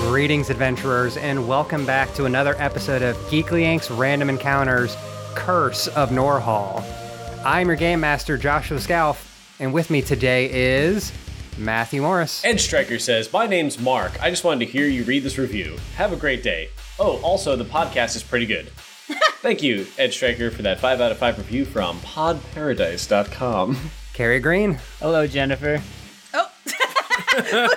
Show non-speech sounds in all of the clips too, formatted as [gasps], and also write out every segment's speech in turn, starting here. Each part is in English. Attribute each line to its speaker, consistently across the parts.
Speaker 1: Greetings, adventurers, and welcome back to another episode of Geekly Inc.'s Random Encounters Curse of Norhall. I'm your game master, Joshua Scalf, and with me today is Matthew Morris.
Speaker 2: Edge Striker says, My name's Mark. I just wanted to hear you read this review. Have a great day. Oh, also, the podcast is pretty [laughs] good. Thank you, Edge Striker, for that 5 out of 5 review from podparadise.com.
Speaker 1: Carrie Green.
Speaker 3: Hello, Jennifer.
Speaker 4: Oh, [laughs]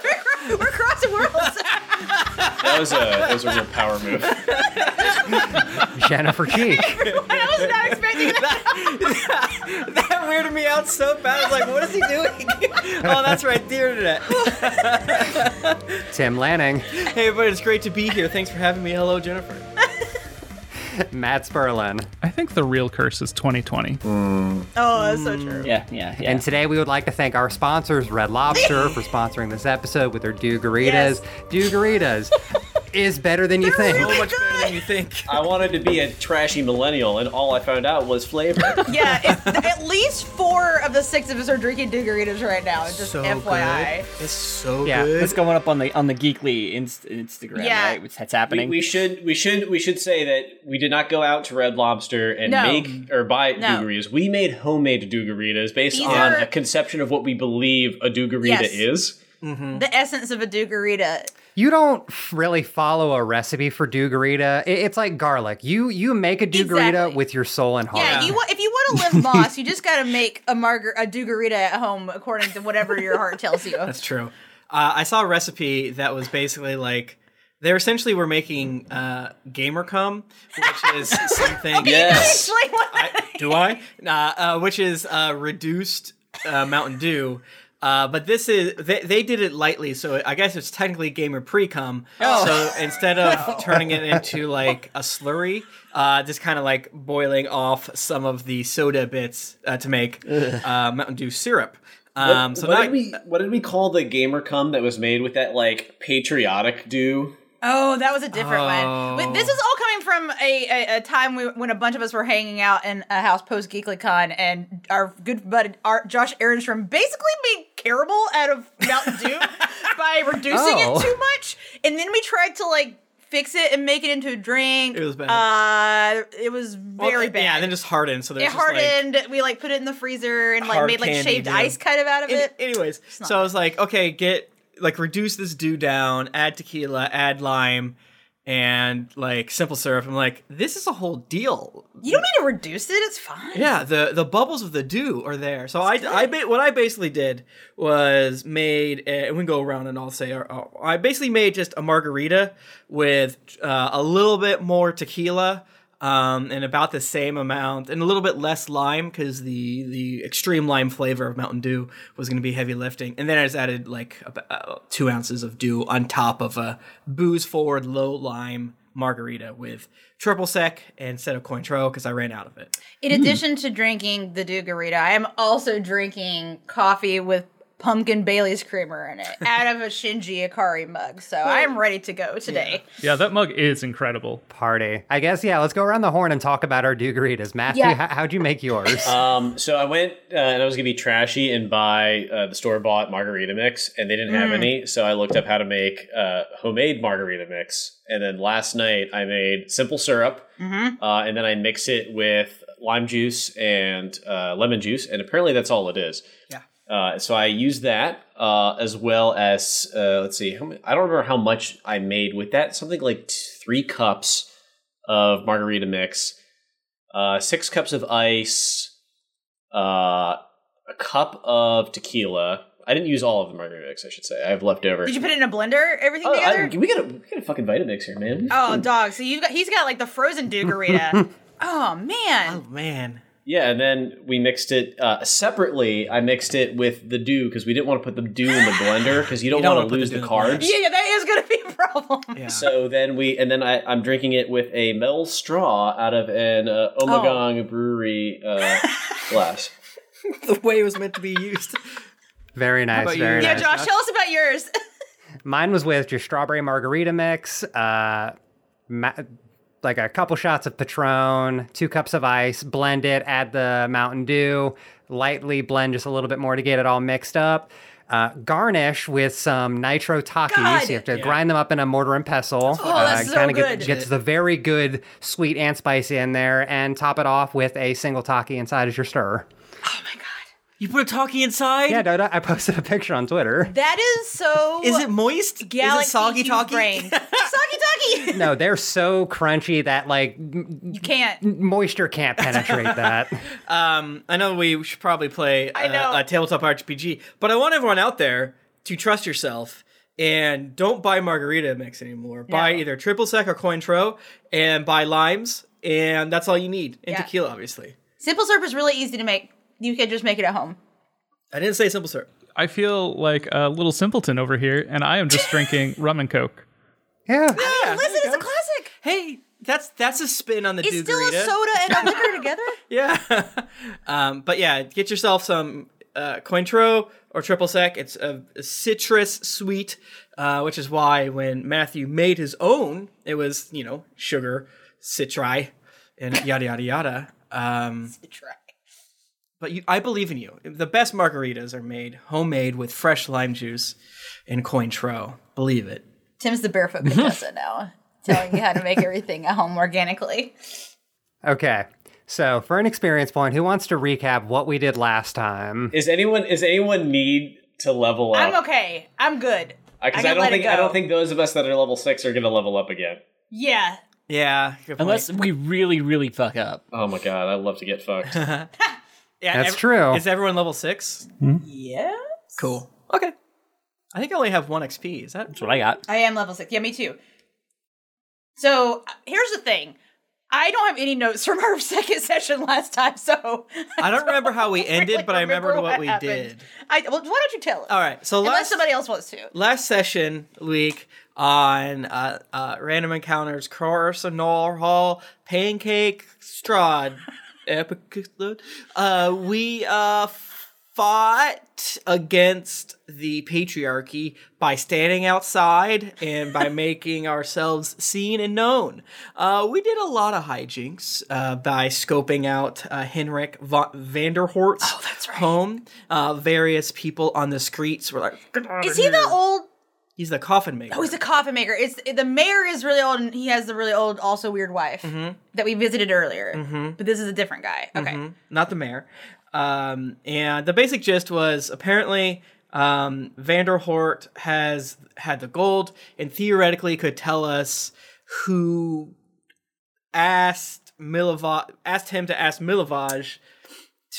Speaker 4: we're, we're crossing worlds.
Speaker 2: [laughs]
Speaker 4: [laughs]
Speaker 2: That was a, that was a real power move.
Speaker 1: Jennifer Cheek.
Speaker 4: I was not expecting that.
Speaker 3: [laughs] That weirded me out so bad. I was like, what is he doing? [laughs] oh, that's right, the internet.
Speaker 1: Tim Lanning.
Speaker 3: hey, but it's great to be here. Thanks for having me. Hello, Jennifer.
Speaker 1: Matt Sperlin.
Speaker 5: I think the real curse is 2020.
Speaker 4: Oh, that's so true.
Speaker 3: Yeah, yeah, yeah.
Speaker 1: And today we would like to thank our sponsors, Red Lobster, for sponsoring this episode with their Do Dugaritas.
Speaker 4: Yes.
Speaker 1: is better than you think.
Speaker 3: so much
Speaker 4: Oh
Speaker 3: better than you think. [laughs]
Speaker 2: I wanted to be a trashy millennial, and all I found out was [laughs] flavor.
Speaker 4: Yeah, it's, [laughs] at least four of the six of us are drinking Dugaritas right now. Just
Speaker 6: so
Speaker 4: FYI.
Speaker 6: good. It's so
Speaker 1: Yeah,
Speaker 6: good.
Speaker 3: It's going up on the on the Geekly inst- Instagram,
Speaker 4: Yeah.
Speaker 3: right? What's that's
Speaker 2: We,
Speaker 3: happening?
Speaker 2: we should we should we should say that we did not go out to Red Lobster and
Speaker 4: No.
Speaker 2: make or buy
Speaker 4: No.
Speaker 2: dougaritas. We made homemade dougaritas based
Speaker 4: These
Speaker 2: on
Speaker 4: are-
Speaker 2: a conception of what we believe a dougarita
Speaker 4: Yes.
Speaker 2: is.
Speaker 4: The essence of a Dugarita.
Speaker 1: You don't really follow a recipe for Dugarita. It's like garlic. You you make a Dugarita
Speaker 4: Exactly.
Speaker 1: with your soul and heart.
Speaker 4: Yeah, you want if you want [laughs] to live moss, you just gotta make a margar a Dugarita at home according to whatever your heart tells you.
Speaker 6: That's true. Uh, I saw a recipe that was basically like they are essentially were making uh, gamer cum,
Speaker 3: [laughs]
Speaker 6: which is something.
Speaker 2: Yes.
Speaker 4: [laughs] Explain what that
Speaker 6: I, do I? [laughs] Nah, uh, which is uh, reduced uh, Mountain Dew. Uh, but this is they, they did it lightly, so I guess it's technically gamer pre cum. So instead of turning it into like a slurry, uh, just kind of like boiling off some of the soda bits uh, to make uh, Mountain Dew syrup. Um, so
Speaker 2: what
Speaker 6: now
Speaker 2: did we what did we call the gamer cum that was made with that like patriotic do?
Speaker 4: Oh, that was a different one. Wait, this
Speaker 6: Oh.
Speaker 4: is all coming from a, a, a time we, when a bunch of us were hanging out in a house post GeeklyCon, and our good buddy our, Josh Ehrenstrom basically made Caribou out of Mountain
Speaker 6: [laughs]
Speaker 4: Dew by reducing
Speaker 1: Oh.
Speaker 4: it too much, and then we tried to like fix it and make it into a drink.
Speaker 6: It was bad.
Speaker 4: Uh, it was
Speaker 6: Well,
Speaker 4: very
Speaker 6: it-
Speaker 4: bad.
Speaker 6: Yeah, then just hardened. So there's
Speaker 4: it
Speaker 6: just, like-
Speaker 4: hardened. we like put it in the freezer and like
Speaker 6: hard
Speaker 4: made like
Speaker 6: candy
Speaker 4: shaved
Speaker 6: Dew.
Speaker 4: ice kind of out of
Speaker 6: Any-
Speaker 4: it.
Speaker 6: anyways,
Speaker 4: not
Speaker 6: so I was like, okay, get like reduce this dew down, add tequila, add lime, and like simple syrup. I'm like, this is a whole deal.
Speaker 4: you don't need to reduce it. It's fine.
Speaker 6: Yeah, the the bubbles of the dew are there. So I, I ba- what I basically did was made a, and we can go around and I'll say our, our- I basically made just a margarita with uh, a little bit more tequila um, and about the same amount and a little bit less lime because the the extreme lime flavor of Mountain Dew was going to be heavy lifting. And then I just added like about two ounces of dew on top of a booze forward low lime margarita with triple sec instead of Cointreau because I ran out of it.
Speaker 4: In addition to drinking the Dugarita, I am also drinking coffee with pumpkin Bailey's creamer in it out of a Shinji Ikari mug. So I am ready to go today.
Speaker 5: Yeah, that mug is incredible.
Speaker 1: Party. I guess, yeah, let's go around the horn and talk about our Dugaritas. Matthew,
Speaker 4: Yeah.
Speaker 1: how, how'd you make yours?
Speaker 6: Uh,
Speaker 2: Um, so I went uh, and I was gonna be trashy and buy uh, the store bought margarita mix, and they didn't have
Speaker 6: Hmm.
Speaker 2: any. So I looked up how to make uh, homemade margarita mix, and then last night I made simple syrup, uh, and then I mix it with lime juice and uh, lemon juice, and apparently that's all it is.
Speaker 6: Yeah.
Speaker 2: Uh, so I used that uh, as well as uh, let's see, how many, I don't remember how much I made with that. Something like t- three cups of margarita mix, uh, six cups of ice, uh, a cup of tequila. I didn't use all of the margarita mix. I should say I have leftover.
Speaker 4: Did you put it in a blender? Everything
Speaker 2: Oh, I-
Speaker 4: together?
Speaker 2: we got a we got a fucking Vitamix here, man.
Speaker 4: oh, dog. So you've got he's got like the frozen
Speaker 6: [laughs]
Speaker 4: Dugarita. oh man.
Speaker 6: Oh man.
Speaker 2: Yeah, and then we mixed it uh, separately. I mixed it with the dew because we didn't want to put the dew in the blender because you don't,
Speaker 6: don't
Speaker 2: want
Speaker 6: wanna
Speaker 2: to
Speaker 6: put the
Speaker 2: lose
Speaker 6: dew
Speaker 2: the
Speaker 6: in the blender.
Speaker 2: carbs.
Speaker 4: Yeah, yeah, that is gonna be a problem.
Speaker 6: Yeah.
Speaker 2: So [laughs] then we, and then I, I'm drinking it with a metal straw out of an uh, Omagong brewery uh, glass.
Speaker 6: the way it was meant to be used.
Speaker 1: very nice,
Speaker 6: about
Speaker 1: very
Speaker 6: you?
Speaker 4: Yeah,
Speaker 1: nice.
Speaker 4: Josh, tell us about yours. [laughs]
Speaker 1: Mine was with just strawberry margarita mix, uh, ma- like a couple shots of Patron, two cups of ice, blend it, add the Mountain Dew, lightly blend just a little bit more to get it all mixed up. uh, garnish with some nitro takis.
Speaker 4: God!
Speaker 1: You have to grind them up in a mortar and pestle. Uh,
Speaker 4: what- Oh, that's so
Speaker 1: kinda
Speaker 4: good.
Speaker 1: Get, gets the very good sweet and spicy in there, and top it off with a single taki inside as your stir.
Speaker 6: [laughs] You put a talkie inside?
Speaker 1: Yeah, Dota, I posted a picture on
Speaker 4: [laughs]
Speaker 1: Twitter.
Speaker 4: That is so.
Speaker 6: Is it moist?
Speaker 4: Galaxy
Speaker 6: Is it soggy
Speaker 4: huge
Speaker 6: talkie? [laughs]
Speaker 4: brain. soggy talkie.
Speaker 1: No, they're so crunchy that like
Speaker 4: You can't.
Speaker 1: moisture can't penetrate
Speaker 6: [laughs]
Speaker 1: that.
Speaker 6: I know we should probably play
Speaker 4: I know.
Speaker 6: a, a tabletop RPG, but I want everyone out there to trust yourself and don't buy margarita mix anymore. Buy either triple sec or Cointreau and buy limes, and that's all you need. And
Speaker 4: Yeah.
Speaker 6: tequila, obviously.
Speaker 4: Simple syrup is really easy to make. You can just make it at home.
Speaker 6: I didn't say simple syrup.
Speaker 5: I feel like a little simpleton over here, and I am [laughs] just drinking rum and coke.
Speaker 1: Yeah.
Speaker 6: Yeah,
Speaker 4: Listen, it's a classic.
Speaker 6: hey, that's that's a spin on the
Speaker 4: It's still a
Speaker 6: Dugarita.
Speaker 4: soda and a [laughs] liquor together.
Speaker 6: Yeah. [laughs] um, but yeah, get yourself some uh, Cointreau or Triple Sec. It's a, a citrus sweet, uh, which is why when Matthew made his own, it was, you know, sugar, citri, [laughs] and yada, yada, yada. Um,
Speaker 4: Try.
Speaker 6: but you, I believe in you. The best margaritas are made homemade with fresh lime juice and Cointreau. Believe it.
Speaker 4: Tim's the barefoot [laughs] Contessa now, telling you how to make everything at home organically.
Speaker 1: Okay. So for an experience point, who wants to recap what we did last time?
Speaker 2: Is anyone is anyone need to level up?
Speaker 4: [laughs] I'm okay. I'm good.
Speaker 2: Because I,
Speaker 4: can
Speaker 2: don't
Speaker 4: let it
Speaker 2: think I
Speaker 4: go.
Speaker 2: don't think those of us that are level six are gonna level up again.
Speaker 4: Yeah.
Speaker 6: Yeah. good point.
Speaker 7: Unless we really, really fuck up.
Speaker 2: Oh my god, I love to get fucked.
Speaker 6: yeah,
Speaker 1: That's true. Oh. Hmm?
Speaker 6: Is everyone level six?
Speaker 4: Yeah.
Speaker 6: Cool. Okay. I think I only have one XP. Is that
Speaker 7: That's what I got.
Speaker 4: I am level six. Yeah, me too. So uh, here's the thing. I don't have any notes from our [laughs] second session last time, so [laughs]
Speaker 6: I don't remember how we ended,
Speaker 4: really
Speaker 6: but I
Speaker 4: remember
Speaker 6: remembered what, we
Speaker 4: happened.
Speaker 6: did.
Speaker 4: I well, why don't you tell us?
Speaker 6: All right. So
Speaker 4: Unless
Speaker 6: last
Speaker 4: somebody else wants to.
Speaker 6: last session week on uh, uh, random encounters, Carson Hall, Pancake [laughs] Strad, epic. Uh, we uh, fought against the patriarchy by standing outside and by making ourselves seen and known. Uh, we did a lot of hijinks uh, by scoping out uh, Henrik Va- Vanderhort's home. Uh, various people on the streets were like, "Get out
Speaker 4: Is
Speaker 6: of
Speaker 4: he
Speaker 6: here."
Speaker 4: the old?
Speaker 6: He's the coffin maker.
Speaker 4: Oh, he's a coffin maker. It's the mayor is really old, and he has the really old, also weird wife
Speaker 6: Mm-hmm.
Speaker 4: that we visited earlier. But this is a different guy. Okay.
Speaker 6: not the mayor. Um, and the basic gist was apparently um, Vanderhort has had the gold and theoretically could tell us who asked Milivoj asked him to ask Milivoj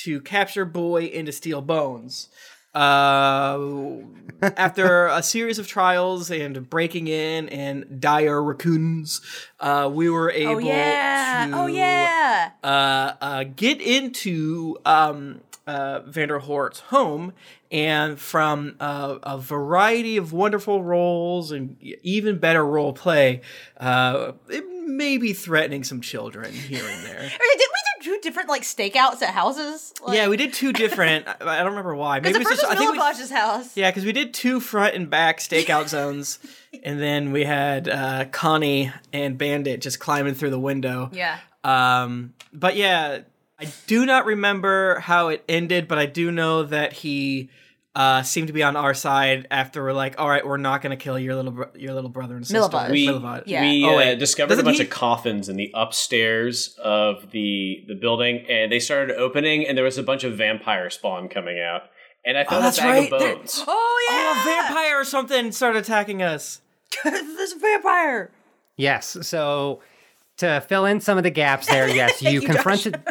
Speaker 6: to capture Boy and to steal Bones.
Speaker 4: [laughs]
Speaker 6: Uh, after a series of trials and breaking in and dire raccoons, uh, we were able
Speaker 4: Oh yeah.
Speaker 6: to
Speaker 4: Oh yeah.
Speaker 6: uh, uh, get into um, uh, Vanderhort's home, and from uh, a variety of wonderful roles and even better role play, uh, it may be threatening some children here and
Speaker 4: [laughs]
Speaker 6: there.
Speaker 4: Or Did we do two different like stakeouts at houses? Like,
Speaker 6: yeah, we did two
Speaker 4: [laughs]
Speaker 6: different. I I don't remember why. Maybe
Speaker 4: The
Speaker 6: it's
Speaker 4: first
Speaker 6: just-
Speaker 4: was
Speaker 6: I think we-
Speaker 4: Millibaj's house.
Speaker 6: yeah, because we did two front and back
Speaker 4: [laughs]
Speaker 6: stakeout zones, and then we had uh, Connie and Bandit just climbing through the window.
Speaker 4: Yeah.
Speaker 6: Um, but yeah, I do not remember how it ended, but I do know that he uh, seemed to be on our side after we're like, all right, we're not going to kill your little bro- your little brother and sister.
Speaker 4: Miliband.
Speaker 2: We,
Speaker 6: Miliband.
Speaker 4: Yeah.
Speaker 2: we
Speaker 6: Oh,
Speaker 2: uh,
Speaker 6: wait.
Speaker 2: discovered
Speaker 6: Doesn't
Speaker 2: a bunch
Speaker 6: he-
Speaker 2: of coffins in the upstairs of the the building, and they started opening, and there was a bunch of vampire spawn coming out, and I found
Speaker 6: that's
Speaker 2: a bag
Speaker 6: right.
Speaker 2: of
Speaker 6: They're-
Speaker 2: bones.
Speaker 4: Oh yeah.
Speaker 6: Oh, a vampire or something started attacking us. [laughs]
Speaker 4: this vampire.
Speaker 1: Yes. So to fill in some of the gaps there, yes, you,
Speaker 4: you, Josh.
Speaker 1: confronted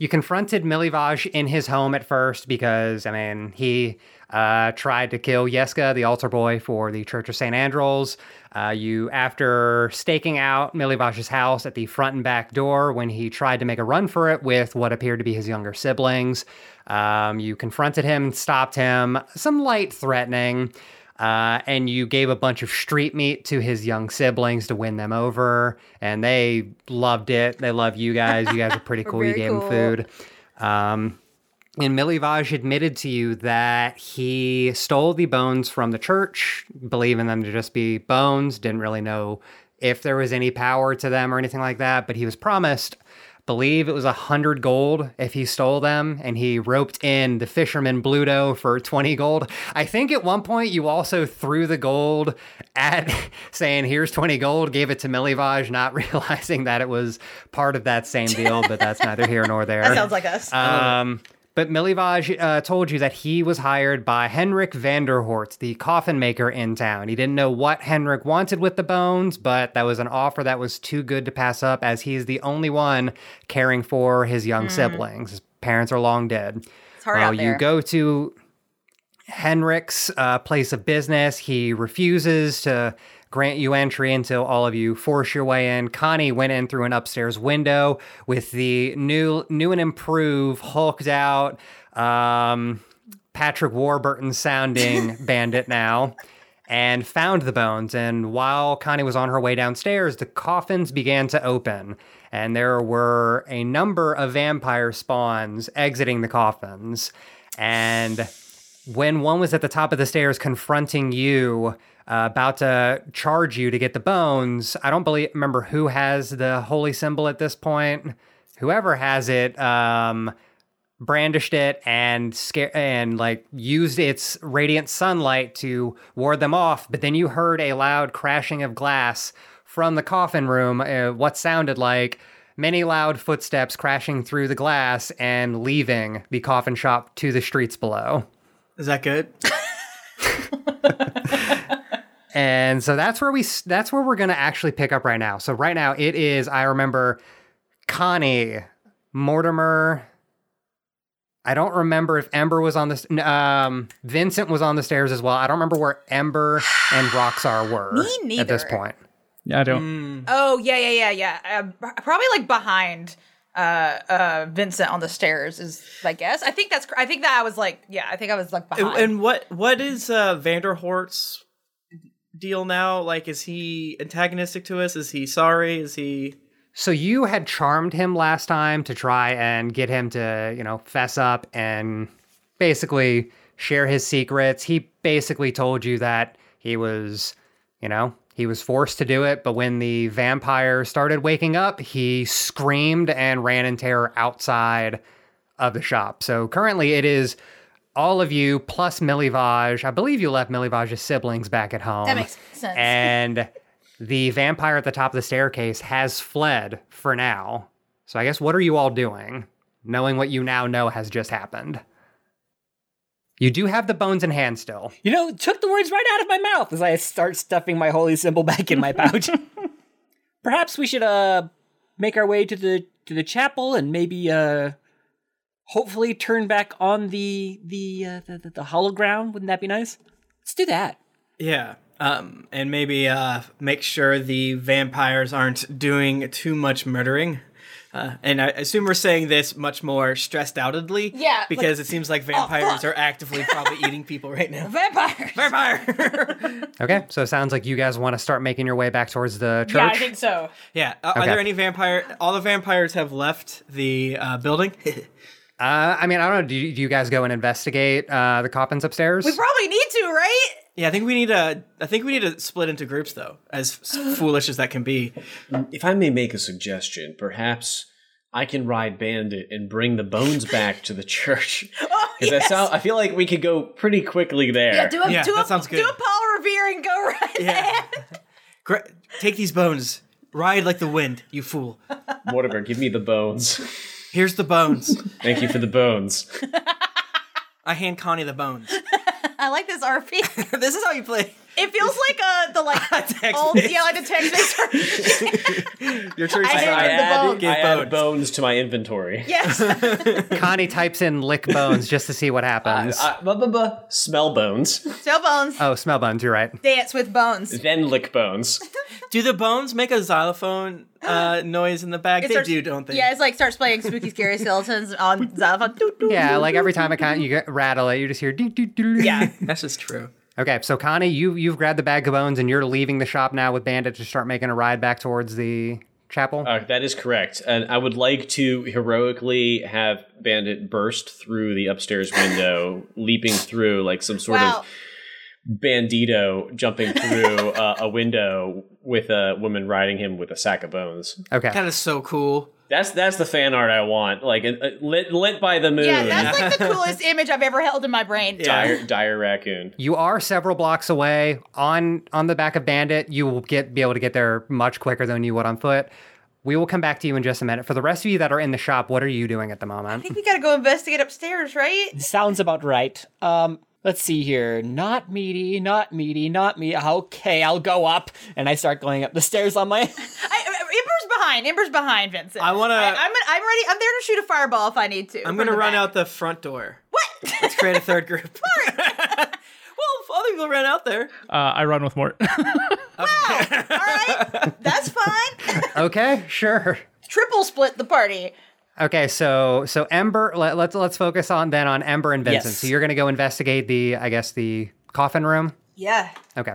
Speaker 1: you confronted Milivaj in his home at first because I mean he uh, tried to kill Yeska, the altar boy for the Church of St. Andrels. Uh, you, after staking out Milivaj's house at the front and back door when he tried to make a run for it with what appeared to be his younger siblings, um, you confronted him and stopped him, some light threatening uh, and you gave a bunch of street meat to his young siblings to win them over, and they loved it. They love you guys. You guys are
Speaker 4: [laughs]
Speaker 1: pretty cool. You
Speaker 4: very
Speaker 1: gave
Speaker 4: cool.
Speaker 1: them food. Um, and Milivaj admitted to you that he stole the bones from the church, believing them to just be bones. Didn't really know if there was any power to them or anything like that, but he was promised believe it was a hundred gold if he stole them, and he roped in the fisherman Bluto for twenty gold. I think at one point you also threw the gold at [laughs] saying, "Here's twenty gold," gave it to Milivage, not [laughs] realizing that it was part of that same deal. But that's neither here nor there.
Speaker 4: [laughs] That sounds like us.
Speaker 1: Um, but Milivage uh, told you that he was hired by Henrik Vanderhort, the coffin maker in town. He didn't know what Henrik wanted with the bones, but that was an offer that was too good to pass up, as he is the only one caring for his young siblings. His parents are long dead.
Speaker 4: it's hard
Speaker 1: Well,
Speaker 4: out there.
Speaker 1: you go to Henrik's uh, place of business. He refuses to grant you entry until all of you force your way in. Connie went in through an upstairs window with the new, new and improved, hulked out um, Patrick Warburton sounding bandit now. And found the bones. And while Connie was on her way downstairs, the coffins began to open. And there were a number of vampire spawns exiting the coffins. And when one was at the top of the stairs confronting you, uh, about to charge you to get the bones, I don't believe remember who has the holy symbol at this point. Whoever has it, um, brandished it and scare and like used its radiant sunlight to ward them off. But then you heard a loud crashing of glass from the coffin room. Uh, what sounded like many loud footsteps crashing through the glass and leaving the coffin shop to the streets below.
Speaker 6: Is that good?
Speaker 1: And so that's where we s- that's where we're going to actually pick up right now. So right now it is I remember Connie Mortimer I don't remember if Ember was on this um Vincent was on the stairs as well. I don't remember where Ember
Speaker 4: [sighs]
Speaker 1: and Roxar were
Speaker 4: Me
Speaker 1: at this
Speaker 4: neither.
Speaker 1: point.
Speaker 5: Yeah, I don't.
Speaker 4: oh yeah, yeah, yeah, yeah. Uh, b- probably like behind uh uh Vincent on the stairs is my guess. I think that's. cr- I think that I was like, yeah, I think I was like
Speaker 6: and,
Speaker 4: behind.
Speaker 6: and what what is uh, Vanderhort's deal now? Like, is he antagonistic to us? Is he sorry? Is he?
Speaker 1: So you had charmed him last time to try and get him to, you know, fess up and basically share his secrets. He basically told you that he was, you know, he was forced to do it, but when the vampire started waking up, he screamed and ran in terror outside of the shop. So currently it is all of you plus Milivage. I believe you left Milivage's siblings back at home.
Speaker 4: that makes sense.
Speaker 1: And the vampire at the top of the staircase has fled for now. So I guess what are you all doing, knowing what you now know has just happened? You do have the bones in hand still.
Speaker 7: You know, took the words right out of my mouth as I start stuffing my holy symbol back in my [laughs] pouch. Perhaps we should uh make our way to the to the chapel and maybe uh hopefully turn back on the the uh, the, the, the hollow ground. Wouldn't that be nice? Let's do that.
Speaker 6: Yeah. Um, and maybe uh, make sure the vampires aren't doing too much murdering. Uh, and I assume we're saying this much more stressed outedly.
Speaker 4: Yeah, like- oh,
Speaker 6: Because it seems like vampires are actively
Speaker 4: [laughs]
Speaker 6: probably eating people right now.
Speaker 4: Vampires.
Speaker 6: Vampire!
Speaker 1: Okay, so it sounds like you guys want to start making your way back towards the church.
Speaker 4: Yeah, I think so.
Speaker 6: [laughs] yeah. Uh, Are
Speaker 1: Okay.
Speaker 6: there any vampire? All the vampires have left the uh, building.
Speaker 1: uh, I mean, I don't know. Do you, do you guys go and investigate uh, the coffins upstairs?
Speaker 4: We probably need to, right?
Speaker 6: yeah, I think we need to. I think we need to split into groups, though.
Speaker 4: [gasps]
Speaker 6: As s- foolish as that can be.
Speaker 2: [gasps] If I may make a suggestion, perhaps I can ride Bandit and bring the bones back to the
Speaker 4: [laughs]
Speaker 2: church. Because I sound, I feel like we could go pretty quickly there.
Speaker 4: Oh, Yeah, do a
Speaker 6: Yeah,
Speaker 4: do a
Speaker 6: that sounds good.
Speaker 4: do a Paul Revere and go [laughs] right
Speaker 6: Yeah.
Speaker 4: there.
Speaker 6: Gra- take these bones. Ride like the wind, you fool.
Speaker 2: Mortimer, give me the
Speaker 4: [laughs]
Speaker 2: bones.
Speaker 6: Here's the bones.
Speaker 2: Thank you for the bones.
Speaker 6: I hand Connie the bones.
Speaker 4: I like this RP.
Speaker 6: this is how you play. [laughs]
Speaker 4: It feels like uh the like
Speaker 6: Text
Speaker 4: old
Speaker 6: based.
Speaker 4: yeah, like the text
Speaker 6: [laughs]
Speaker 4: based
Speaker 6: Your choice
Speaker 4: I
Speaker 6: is
Speaker 4: hand
Speaker 2: I
Speaker 4: the
Speaker 2: add,
Speaker 4: bones.
Speaker 2: I
Speaker 6: Give
Speaker 2: add
Speaker 6: bones.
Speaker 2: bones to my inventory.
Speaker 4: [laughs] Yes.
Speaker 1: Connie types in lick bones just to see what
Speaker 4: [laughs]
Speaker 1: happens.
Speaker 2: I- buh, buh, buh, smell bones,
Speaker 4: Sell bones.
Speaker 1: oh, smell bones, you're
Speaker 4: [laughs]
Speaker 1: right.
Speaker 4: Dance with bones.
Speaker 2: then lick bones.
Speaker 6: Do the bones make a xylophone uh, noise in the bag? they
Speaker 4: starts-
Speaker 6: do, don't they?
Speaker 4: Yeah, it's like starts playing
Speaker 6: [laughs]
Speaker 4: spooky scary skeletons on xylophone. Doo, doo,
Speaker 1: Yeah,
Speaker 4: doo,
Speaker 1: like
Speaker 4: doo.
Speaker 1: every time I kind you get, rattle it, you just hear doo doo doo.
Speaker 4: yeah.
Speaker 6: That's just true.
Speaker 1: Okay, so Connie, you you've grabbed the bag of bones and you're leaving the shop now with Bandit to start making a ride back towards the chapel.
Speaker 2: Uh, that is correct. And I would like to heroically have Bandit burst through the upstairs window,
Speaker 4: [laughs]
Speaker 2: leaping through like some sort
Speaker 4: Wow.
Speaker 2: of bandito jumping through uh, a window with a woman riding him with a sack of bones.
Speaker 1: okay,
Speaker 6: That is so cool.
Speaker 2: That's that's the fan art I want. Like uh, uh, lit lit by the moon.
Speaker 4: Yeah,
Speaker 2: [laughs]
Speaker 6: [laughs]
Speaker 4: that's like the coolest image I've ever held in my brain.
Speaker 2: dire, dire raccoon.
Speaker 1: You are several blocks away on on the back of Bandit. You will get be able to get there much quicker than you would on foot. We will come back to you in just a minute. For the rest of you that are in the shop, what are you doing at the
Speaker 4: [laughs] I
Speaker 1: moment?
Speaker 4: think we gotta go investigate upstairs, right?
Speaker 7: Sounds about right. Um, let's see here. Not meaty, not meaty, not me. Okay, I'll go up, and I start going up the stairs on my. [laughs]
Speaker 4: I, I- Ember's behind. Ember's behind, Vincent.
Speaker 6: I wanna-
Speaker 4: I, am I'm I'm ready. I'm there to shoot a fireball if I need to.
Speaker 6: I'm
Speaker 4: from
Speaker 6: gonna
Speaker 4: the
Speaker 6: run
Speaker 4: back.
Speaker 6: out the front door.
Speaker 4: What? [laughs]
Speaker 6: Let's create a third group. [laughs] well, if other people ran out there.
Speaker 5: Uh, I run with [laughs] Mort.
Speaker 4: All right,
Speaker 6: [laughs]
Speaker 4: that's fine.
Speaker 1: okay, sure.
Speaker 4: Triple split the party.
Speaker 1: Okay, so so Ember, let, let's let's focus on then on Ember and Vincent.
Speaker 7: Yes.
Speaker 1: So you're going to go investigate the, I guess the coffin room.
Speaker 4: Yeah.
Speaker 1: Okay.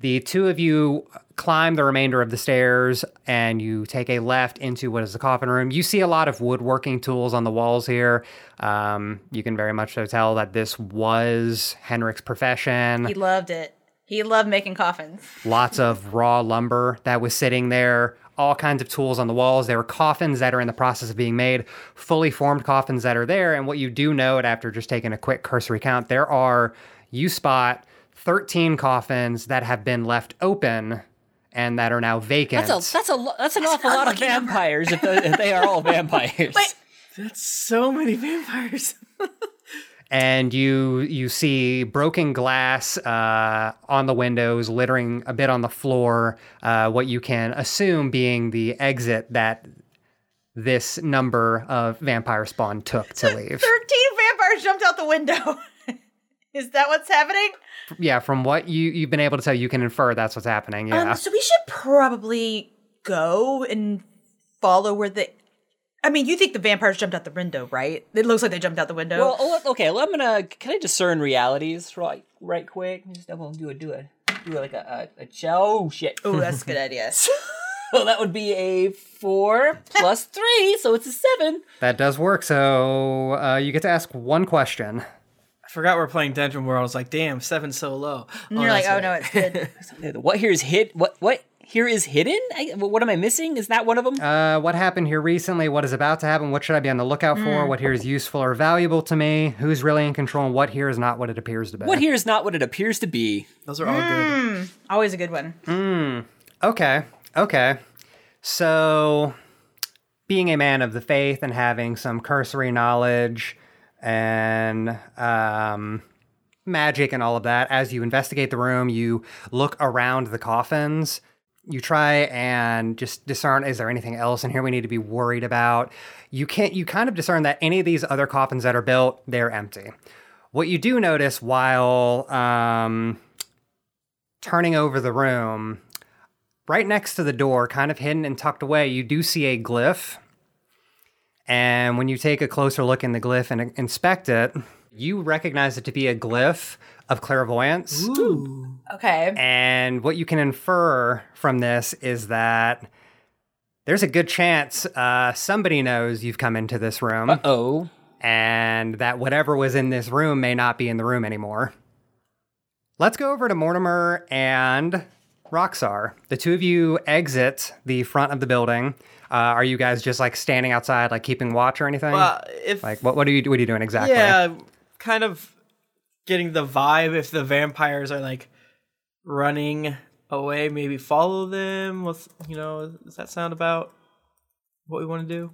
Speaker 1: The two of you climb the remainder of the stairs and you take a left into what is the coffin room. You see a lot of woodworking tools on the walls here. Um, you can very much so tell that this was Henrik's profession.
Speaker 4: He loved it. He loved making coffins.
Speaker 1: Lots of raw lumber that was sitting there, all kinds of tools on the walls. There are coffins that are in the process of being made, fully formed coffins that are there. And what you do note after just taking a quick cursory count, there are, you spot 13 coffins that have been left open and that are now vacant.
Speaker 7: That's a that's a lo- that's an awful lot of vampires. If, the, if they are [laughs] all vampires.
Speaker 4: Wait.
Speaker 6: So many vampires.
Speaker 1: and you you see broken glass uh, on the windows, littering a bit on the floor. Uh, what you can assume being the exit that this number of vampire spawn took to leave.
Speaker 4: [laughs] Thirteen vampires jumped out the window. [laughs] Is that what's happening?
Speaker 1: yeah, from what you you've been able to tell, you can infer that's what's happening. Yeah.
Speaker 4: Um, so we should probably go and follow where the. I mean, you think the vampires jumped out the window, right? It looks like they jumped out the window.
Speaker 7: Well, oh, okay. Well, I'm gonna can I discern realities right right quick? Just double do a do a do a, like a a, a chow. Oh shit.
Speaker 4: oh, that's a good [laughs] idea.
Speaker 7: Well, that would be a four plus [laughs] three, so it's a seven.
Speaker 1: that does work. So uh, you get to ask one question.
Speaker 6: I forgot we're playing Dungeon World. I was like, damn, seven's so low.
Speaker 4: And you're like, oh no, it's [laughs] good.
Speaker 7: What here is hid? What what here is hidden? I, what am I missing? Is that one of them?
Speaker 1: Uh, what happened here recently? What is about to happen? What should I be on the lookout for? What here is useful or valuable to me? Who's really in control? And what here is not what it appears to be?
Speaker 7: what here is not what it appears to be.
Speaker 6: Those are all good.
Speaker 4: Always a good one.
Speaker 1: Okay. Okay. So, being a man of the faith and having some cursory knowledge and um, magic and all of that, as you investigate the room, you look around the coffins. You try and just discern is there anything else in here we need to be worried about? You can't, you kind of discern that any of these other coffins that are built, they're empty. What you do notice while um, turning over the room right next to the door, kind of hidden and tucked away, you do see a glyph. And when you take a closer look in the glyph and inspect it, you recognize it to be a glyph of clairvoyance.
Speaker 4: Okay.
Speaker 1: And what you can infer from this is that there's a good chance uh, somebody knows you've come into this room
Speaker 7: Oh,
Speaker 1: and that whatever was in this room may not be in the room anymore. Let's go over to Mortimer and Roxar. The two of you exit the front of the building. Uh, are you guys just like standing outside, like keeping watch or anything?
Speaker 6: Uh, if
Speaker 1: like what? What are you? What are you doing exactly?
Speaker 6: yeah, kind of getting the vibe if the vampires are like running away, maybe follow them. What's you know, does that sound about what we want to do?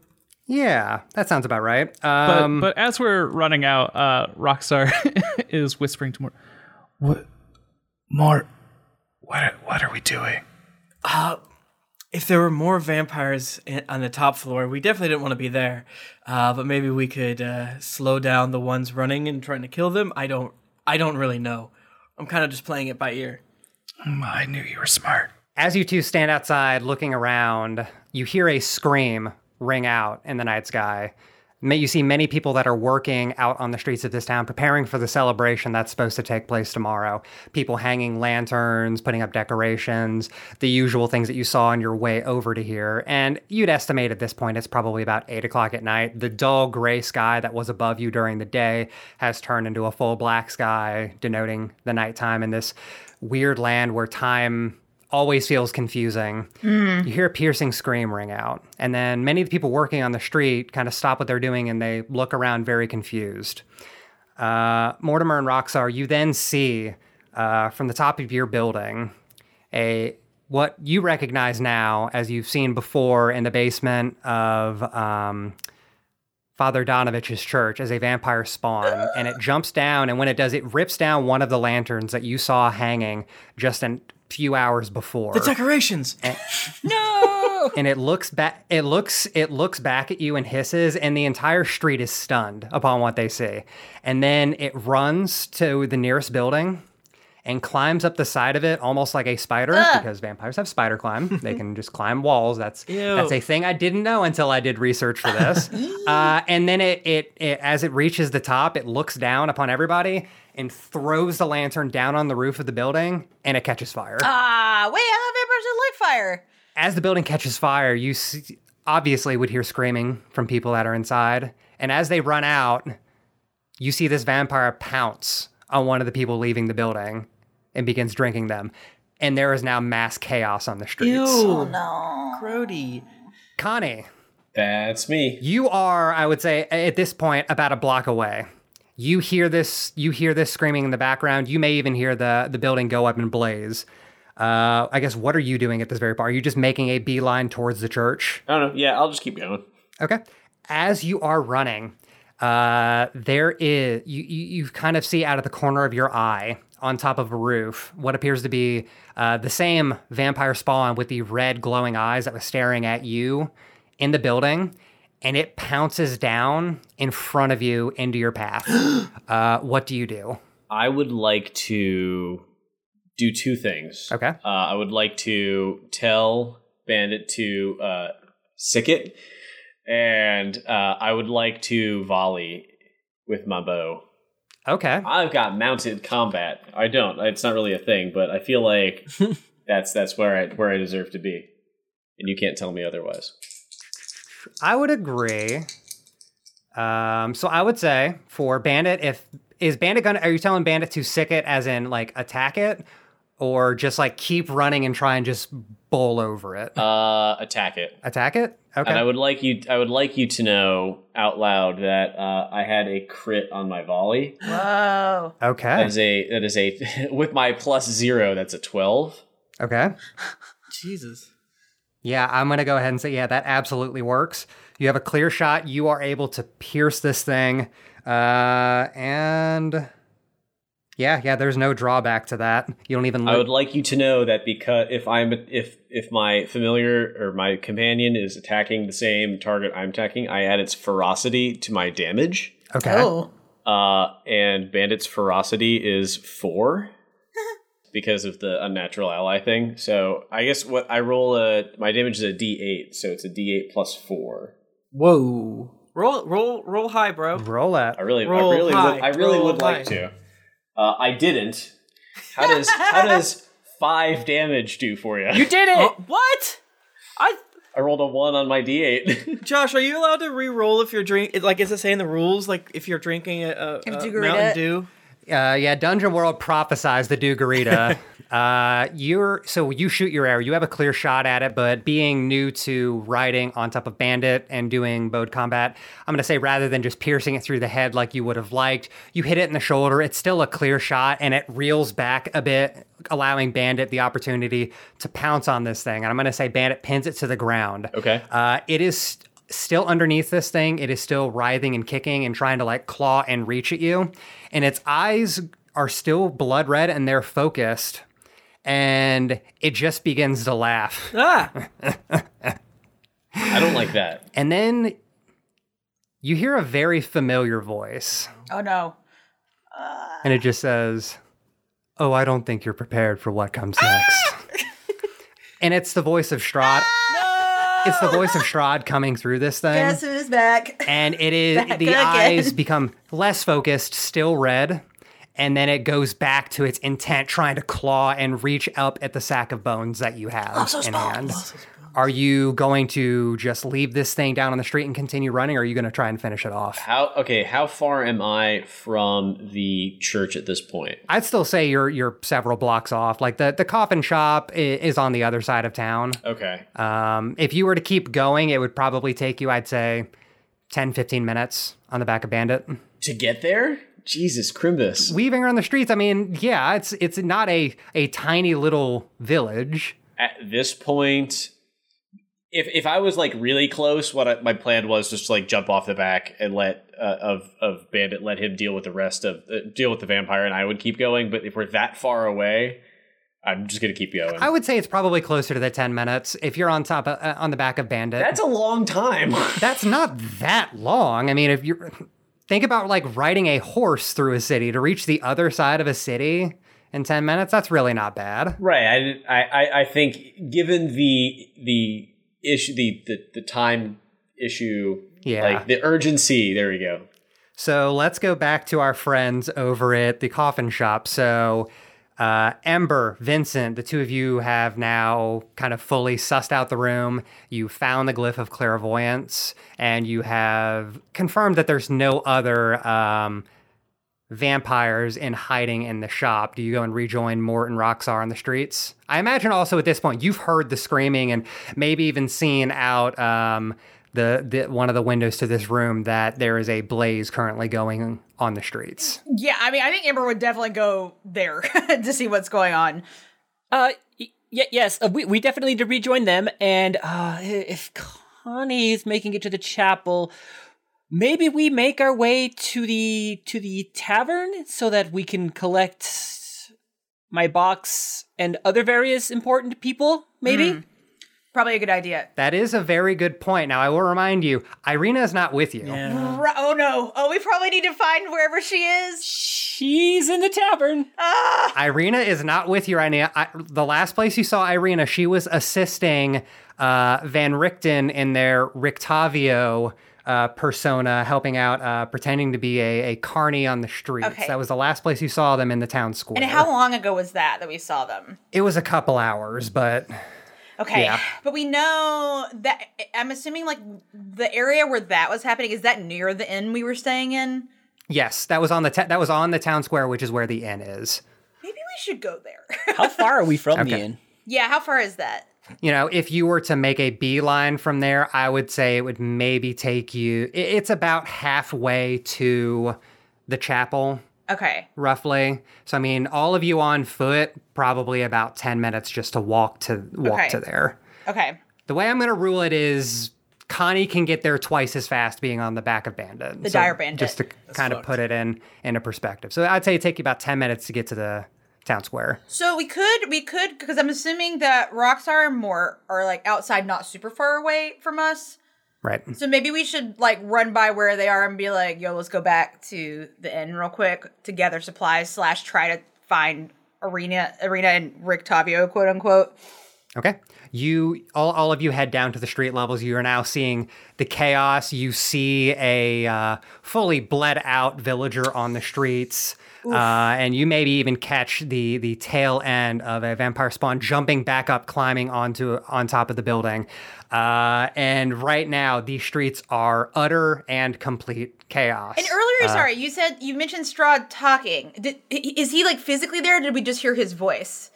Speaker 1: Yeah, that sounds about right.
Speaker 5: But,
Speaker 1: Um,
Speaker 5: but as we're running out, uh, Roxar [laughs] is whispering to Mort, "What, Mort? What? are- What are we doing?"
Speaker 6: If there were more vampires in, on the top floor, we definitely didn't want to be there. Uh, but maybe we could uh, slow down the ones running and trying to kill them. I don't, I don't really know. I'm kind of just playing it by ear.
Speaker 5: I knew you were smart.
Speaker 1: As you two stand outside looking around, you hear a scream ring out in the night sky. Ma- You see many people that are working out on the streets of this town preparing for the celebration that's supposed to take place tomorrow. People hanging lanterns, putting up decorations, the usual things that you saw on your way over to here. And you'd estimate at this point it's probably about 8 o'clock at night. The dull gray sky that was above you during the day has turned into a full black sky, denoting the nighttime in this weird land where time always feels confusing. You hear a piercing scream ring out, and then many of the people working on the street kind of stop what they're doing and they look around very confused. Uh, Mortimer and Roxar, you then see uh, from the top of your building a what you recognize now as you've seen before in the basement of um, Father Donovich's church as a vampire spawn, and it jumps down, and when it does, it rips down one of the lanterns that you saw hanging just a few hours before.
Speaker 6: Decorations.
Speaker 7: No!
Speaker 1: and it looks back it looks it looks back at you and hisses, and the entire street is stunned upon what they see. And then it runs to the nearest building and climbs up the side of it almost like a spider because vampires have spider climb. They can just climb walls. That's that's a thing I didn't know until I did research for this. uh, and then it, it it as it reaches the top, it looks down upon everybody and throws the lantern down on the roof of the building, and it catches fire.
Speaker 4: Ah, wait, I thought vampires didn't like fire.
Speaker 1: as the building catches fire, you see, obviously would hear screaming from people that are inside. And as they run out, you see this vampire pounce on one of the people leaving the building and begins drinking them. And there is now mass chaos on the streets.
Speaker 4: No.
Speaker 6: Brody.
Speaker 1: Connie,
Speaker 2: That's me.
Speaker 1: you are, I would say, at this point, about a block away. You hear this. You hear this screaming in the background. You may even hear the the building go up in blaze. Uh, I guess. What are you doing at this very part? Are you just making a beeline towards the church?
Speaker 2: I don't know. Yeah, I'll just keep going.
Speaker 1: Okay. As you are running, uh, there is you, you you kind of see out of the corner of your eye on top of a roof what appears to be uh, the same vampire spawn with the red glowing eyes that was staring at you in the building, and it pounces down in front of you into your path. [gasps] uh, what do you do?
Speaker 2: I would like to do two things.
Speaker 1: Okay.
Speaker 2: Uh, I would like to tell Bandit to uh, sick it, and uh, I would like to volley with my bow.
Speaker 1: Okay.
Speaker 2: I've got mounted combat. I don't. It's not really a thing, but I feel like that's that's where I where I deserve to be, and you can't tell me otherwise.
Speaker 1: I would agree. Um, so I would say for Bandit, if is Bandit gonna are you telling Bandit to sick it as in like attack it, or just like keep running and try and just bowl over it?
Speaker 2: Uh, attack it.
Speaker 1: attack it? Okay.
Speaker 2: And I would like you. I would like you to know out loud that uh, I had a crit on my volley.
Speaker 4: Whoa.
Speaker 1: okay.
Speaker 2: That is a that is a [laughs] with my plus zero. That's a twelve.
Speaker 1: okay.
Speaker 6: Jesus.
Speaker 1: Yeah, I'm gonna go ahead and say, yeah, that absolutely works. You have a clear shot. You are able to pierce this thing, uh, and yeah, yeah. There's no drawback to that. You don't even.
Speaker 2: I
Speaker 1: lo-
Speaker 2: would like you to know that because if I'm if if my familiar or my companion is attacking the same target I'm attacking, I add its ferocity to my damage.
Speaker 1: okay.
Speaker 4: Oh.
Speaker 2: Uh, and Bandit's ferocity is four because of the unnatural ally thing. So I guess what I roll a my damage is a D8, so it's a D8 plus four.
Speaker 6: Whoa. Roll, roll, roll high, bro.
Speaker 1: Roll it.
Speaker 2: I really,
Speaker 6: Roll
Speaker 2: I really
Speaker 6: high,
Speaker 2: would, I really
Speaker 6: roll
Speaker 2: would like
Speaker 6: high.
Speaker 2: to. Uh, I didn't. How does
Speaker 6: [laughs]
Speaker 2: how does five damage do for you?
Speaker 7: You did it!
Speaker 6: Oh, what? I,
Speaker 2: I rolled a one on my [laughs] D8.
Speaker 6: Josh, are you allowed to re-roll if you're drinking? Like, is it saying the rules? Like, if you're drinking a, a,
Speaker 4: If
Speaker 6: a
Speaker 4: you grade
Speaker 6: Mountain
Speaker 4: it.
Speaker 6: Dew?
Speaker 1: Uh, yeah, Dungeon World prophesies the Dugarita. uh, you're so you shoot your arrow. You have a clear shot at it, but being new to riding on top of Bandit and doing bowed combat, I'm gonna say rather than just piercing it through the head like you would have liked, you hit it in the shoulder. It's still a clear shot, and it reels back a bit, allowing Bandit the opportunity to pounce on this thing. And I'm gonna say Bandit pins it to the ground.
Speaker 2: Okay.
Speaker 1: Uh, it is st- still underneath this thing. It is still writhing and kicking and trying to like claw and reach at you. And its eyes are still blood red and they're focused. And it just begins to laugh.
Speaker 6: Ah,
Speaker 2: I don't like that.
Speaker 1: And then you hear a very familiar voice.
Speaker 4: Oh no.
Speaker 1: And it just says, Oh, I don't think you're prepared for what comes next. and it's the voice of Strahd. It's the voice of Strahd coming through this thing.
Speaker 4: Gaston is back.
Speaker 1: and it is
Speaker 4: Back
Speaker 1: the
Speaker 4: again.
Speaker 1: eyes become less focused, still red, and then it goes back to its intent, trying to claw and reach up at the sack of bones that you have in hand. Are you going to just leave this thing down on the street and continue running, or are you going to try and finish it off?
Speaker 2: How okay? How far am I from the church at this point?
Speaker 1: I'd still say you're you're several blocks off. Like the the coffin shop i- is on the other side of town.
Speaker 2: Okay.
Speaker 1: Um, if you were to keep going, it would probably take you, I'd say, 10, 15 minutes on the back of Bandit.
Speaker 2: to get there? Jesus, Crimbus.
Speaker 1: Weaving around the streets, I mean, yeah, it's it's not a a tiny little village.
Speaker 2: At this point, if if I was like really close, what I, my plan was just to, like jump off the back and let uh, of of Bandit let him deal with the rest of uh, deal with the vampire, and I would keep going. But if we're that far away, I'm just gonna keep going.
Speaker 1: I would say it's probably closer to the 10 minutes if you're on top of, uh, on the back of Bandit.
Speaker 2: That's a long time. [laughs]
Speaker 1: That's not that long. I mean, if you think about like riding a horse through a city to reach the other side of a city in 10 minutes, that's really not bad.
Speaker 2: Right. I, didn't- I, I, I think given the the issue the the, the time issue,
Speaker 1: Yeah.
Speaker 2: like the urgency. There we go.
Speaker 1: So let's go back to our friends over at the coffin shop. So, uh, Ember, Vincent, the two of you have now kind of fully sussed out the room. You found the glyph of clairvoyance, and you have confirmed that there's no other um, vampires in hiding in the shop. Do you go and rejoin Mort and Roxar on the streets? I imagine also at this point you've heard the screaming and maybe even seen out um, the, the one of the windows to this room that there is a blaze currently going on the streets.
Speaker 4: Yeah, I mean, I think Amber would definitely go there [laughs] to see what's going on.
Speaker 7: Uh, y- yeah, yes, uh, we, we definitely need to rejoin them. And uh, if Connie's making it to the chapel, maybe we make our way to the to the tavern so that we can collect my box and other various important people. Maybe
Speaker 6: Hmm.
Speaker 4: Probably a good idea.
Speaker 1: That is a very good point. Now I will remind you, Irina is not with you.
Speaker 4: Ru- oh no! Oh, we probably need to find wherever she is.
Speaker 7: she's in the tavern.
Speaker 1: Irina is not with you right now. I, the last place you saw Irina, she was assisting uh, Van Richten in their Rictavio uh, persona, helping out, uh, pretending to be a, a carny on the streets.
Speaker 4: Okay.
Speaker 1: That was the last place you saw them in the town square.
Speaker 4: And how long ago was that that we saw them?
Speaker 1: it was a couple hours, but
Speaker 4: Okay,
Speaker 1: Yeah.
Speaker 4: but we know that I'm assuming like the area where that was happening is that near the inn we were staying in.
Speaker 1: yes, that was on the ta- that was on the town square, which is where the inn is.
Speaker 4: Maybe we should go there. [laughs]
Speaker 7: How far are we from the inn?
Speaker 4: yeah, how far is that?
Speaker 1: you know, if you were to make a beeline from there, I would say it would maybe take you. i- It's about halfway to the chapel,
Speaker 4: Okay,
Speaker 1: roughly. So I mean, all of you on foot, probably about ten minutes just to walk to walk
Speaker 4: Okay.
Speaker 1: to there.
Speaker 4: okay,
Speaker 1: The way I'm going to rule it is Connie can get there twice as fast being on the back of Bandit.
Speaker 4: The dire bandit.
Speaker 1: Just to kind of put it in into perspective. So I'd say it take you about ten minutes to get to the town square.
Speaker 4: so we could we could because I'm assuming that Roxar and Mort are like outside, not super far away from us.
Speaker 1: Right.
Speaker 4: So maybe we should like run by where they are and be like, "Yo, let's go back to the inn real quick to gather supplies slash try to find arena arena and Rick Tavio quote unquote."
Speaker 1: Okay. You all, all of you head down to the street levels. You are now seeing the chaos. You see a uh, fully bled out villager on the streets, uh, and you maybe even catch the the tail end of a vampire spawn jumping back up, climbing onto on top of the building. Uh, and right now, these streets are utter and complete chaos.
Speaker 4: And er- earlier, sorry, you said you mentioned Strahd talking. Did, i- is he like physically there? Or did we just hear his voice?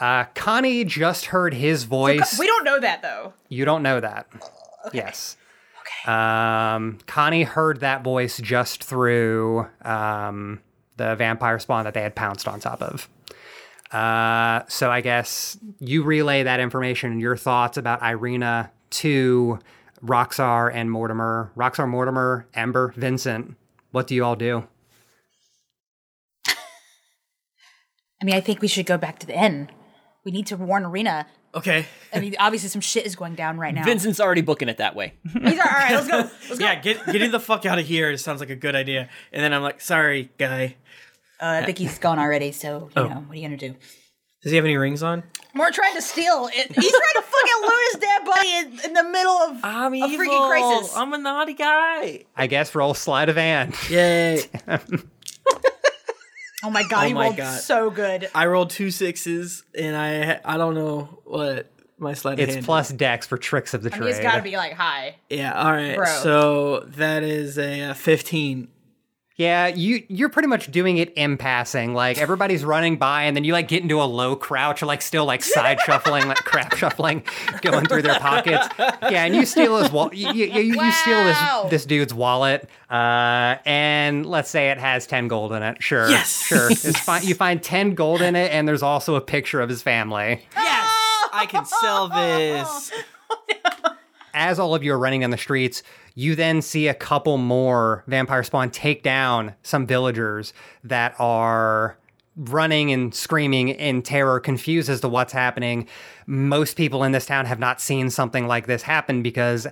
Speaker 1: uh, Connie just heard his voice.
Speaker 4: We don't know that though.
Speaker 1: You don't know that. Yes. Okay. Um, Connie heard that voice just through um, the vampire spawn that they had pounced on top of. Uh, so I guess you relay that information and your thoughts about Irina to Roxar and Mortimer. Roxar, Mortimer, Amber, Vincent. What do you all do?
Speaker 4: I mean, I think we should go back to the inn. We need to warn Arena.
Speaker 6: Okay.
Speaker 4: I mean, obviously, some shit is going down right now.
Speaker 7: Vincent's already booking it that way.
Speaker 4: He's like, all right, let's go. Let's go.
Speaker 6: Yeah, get getting the fuck out of here sounds like a good idea. And then I'm like, sorry, guy.
Speaker 4: [laughs] Uh, I think he's gone already. So you know, what are you gonna do?
Speaker 6: Does he have any rings on?
Speaker 4: More trying to steal. It. He's trying to fucking loot his dead body in, in the middle of
Speaker 6: I'm
Speaker 4: a freaking crisis.
Speaker 6: I'm a naughty guy.
Speaker 1: I guess roll sleight of hand.
Speaker 6: [laughs] Yay.
Speaker 4: oh my god,
Speaker 6: Oh
Speaker 4: he
Speaker 6: my
Speaker 4: rolled
Speaker 6: God.
Speaker 4: so good.
Speaker 6: I rolled two sixes, and I I don't know what my sleight of
Speaker 1: It's
Speaker 6: hand.
Speaker 1: plus dex for tricks of the
Speaker 4: I
Speaker 1: trade.
Speaker 4: mean, it's got to be like high.
Speaker 6: yeah. All right.
Speaker 4: Bro.
Speaker 6: So that is a uh, fifteen.
Speaker 1: Yeah, you you're pretty much doing it in passing. Like everybody's running by, and then you like get into a low crouch, like still like side shuffling, like crap shuffling, going through their pockets. Yeah, and you steal his wall. You, you, you, you steal this
Speaker 4: Wow.
Speaker 1: this dude's wallet, uh, and let's say it has ten gold in it. Sure,
Speaker 6: Yes.
Speaker 1: sure. It's fine. You find ten gold in it, and there's also a picture of his family.
Speaker 6: Yes, I can sell
Speaker 4: [laughs]
Speaker 6: this.
Speaker 1: as all of you are running down the streets, you then see a couple more vampire spawn take down some villagers that are running and screaming in terror, confused as to what's happening. Most people in this town have not seen something like this happen because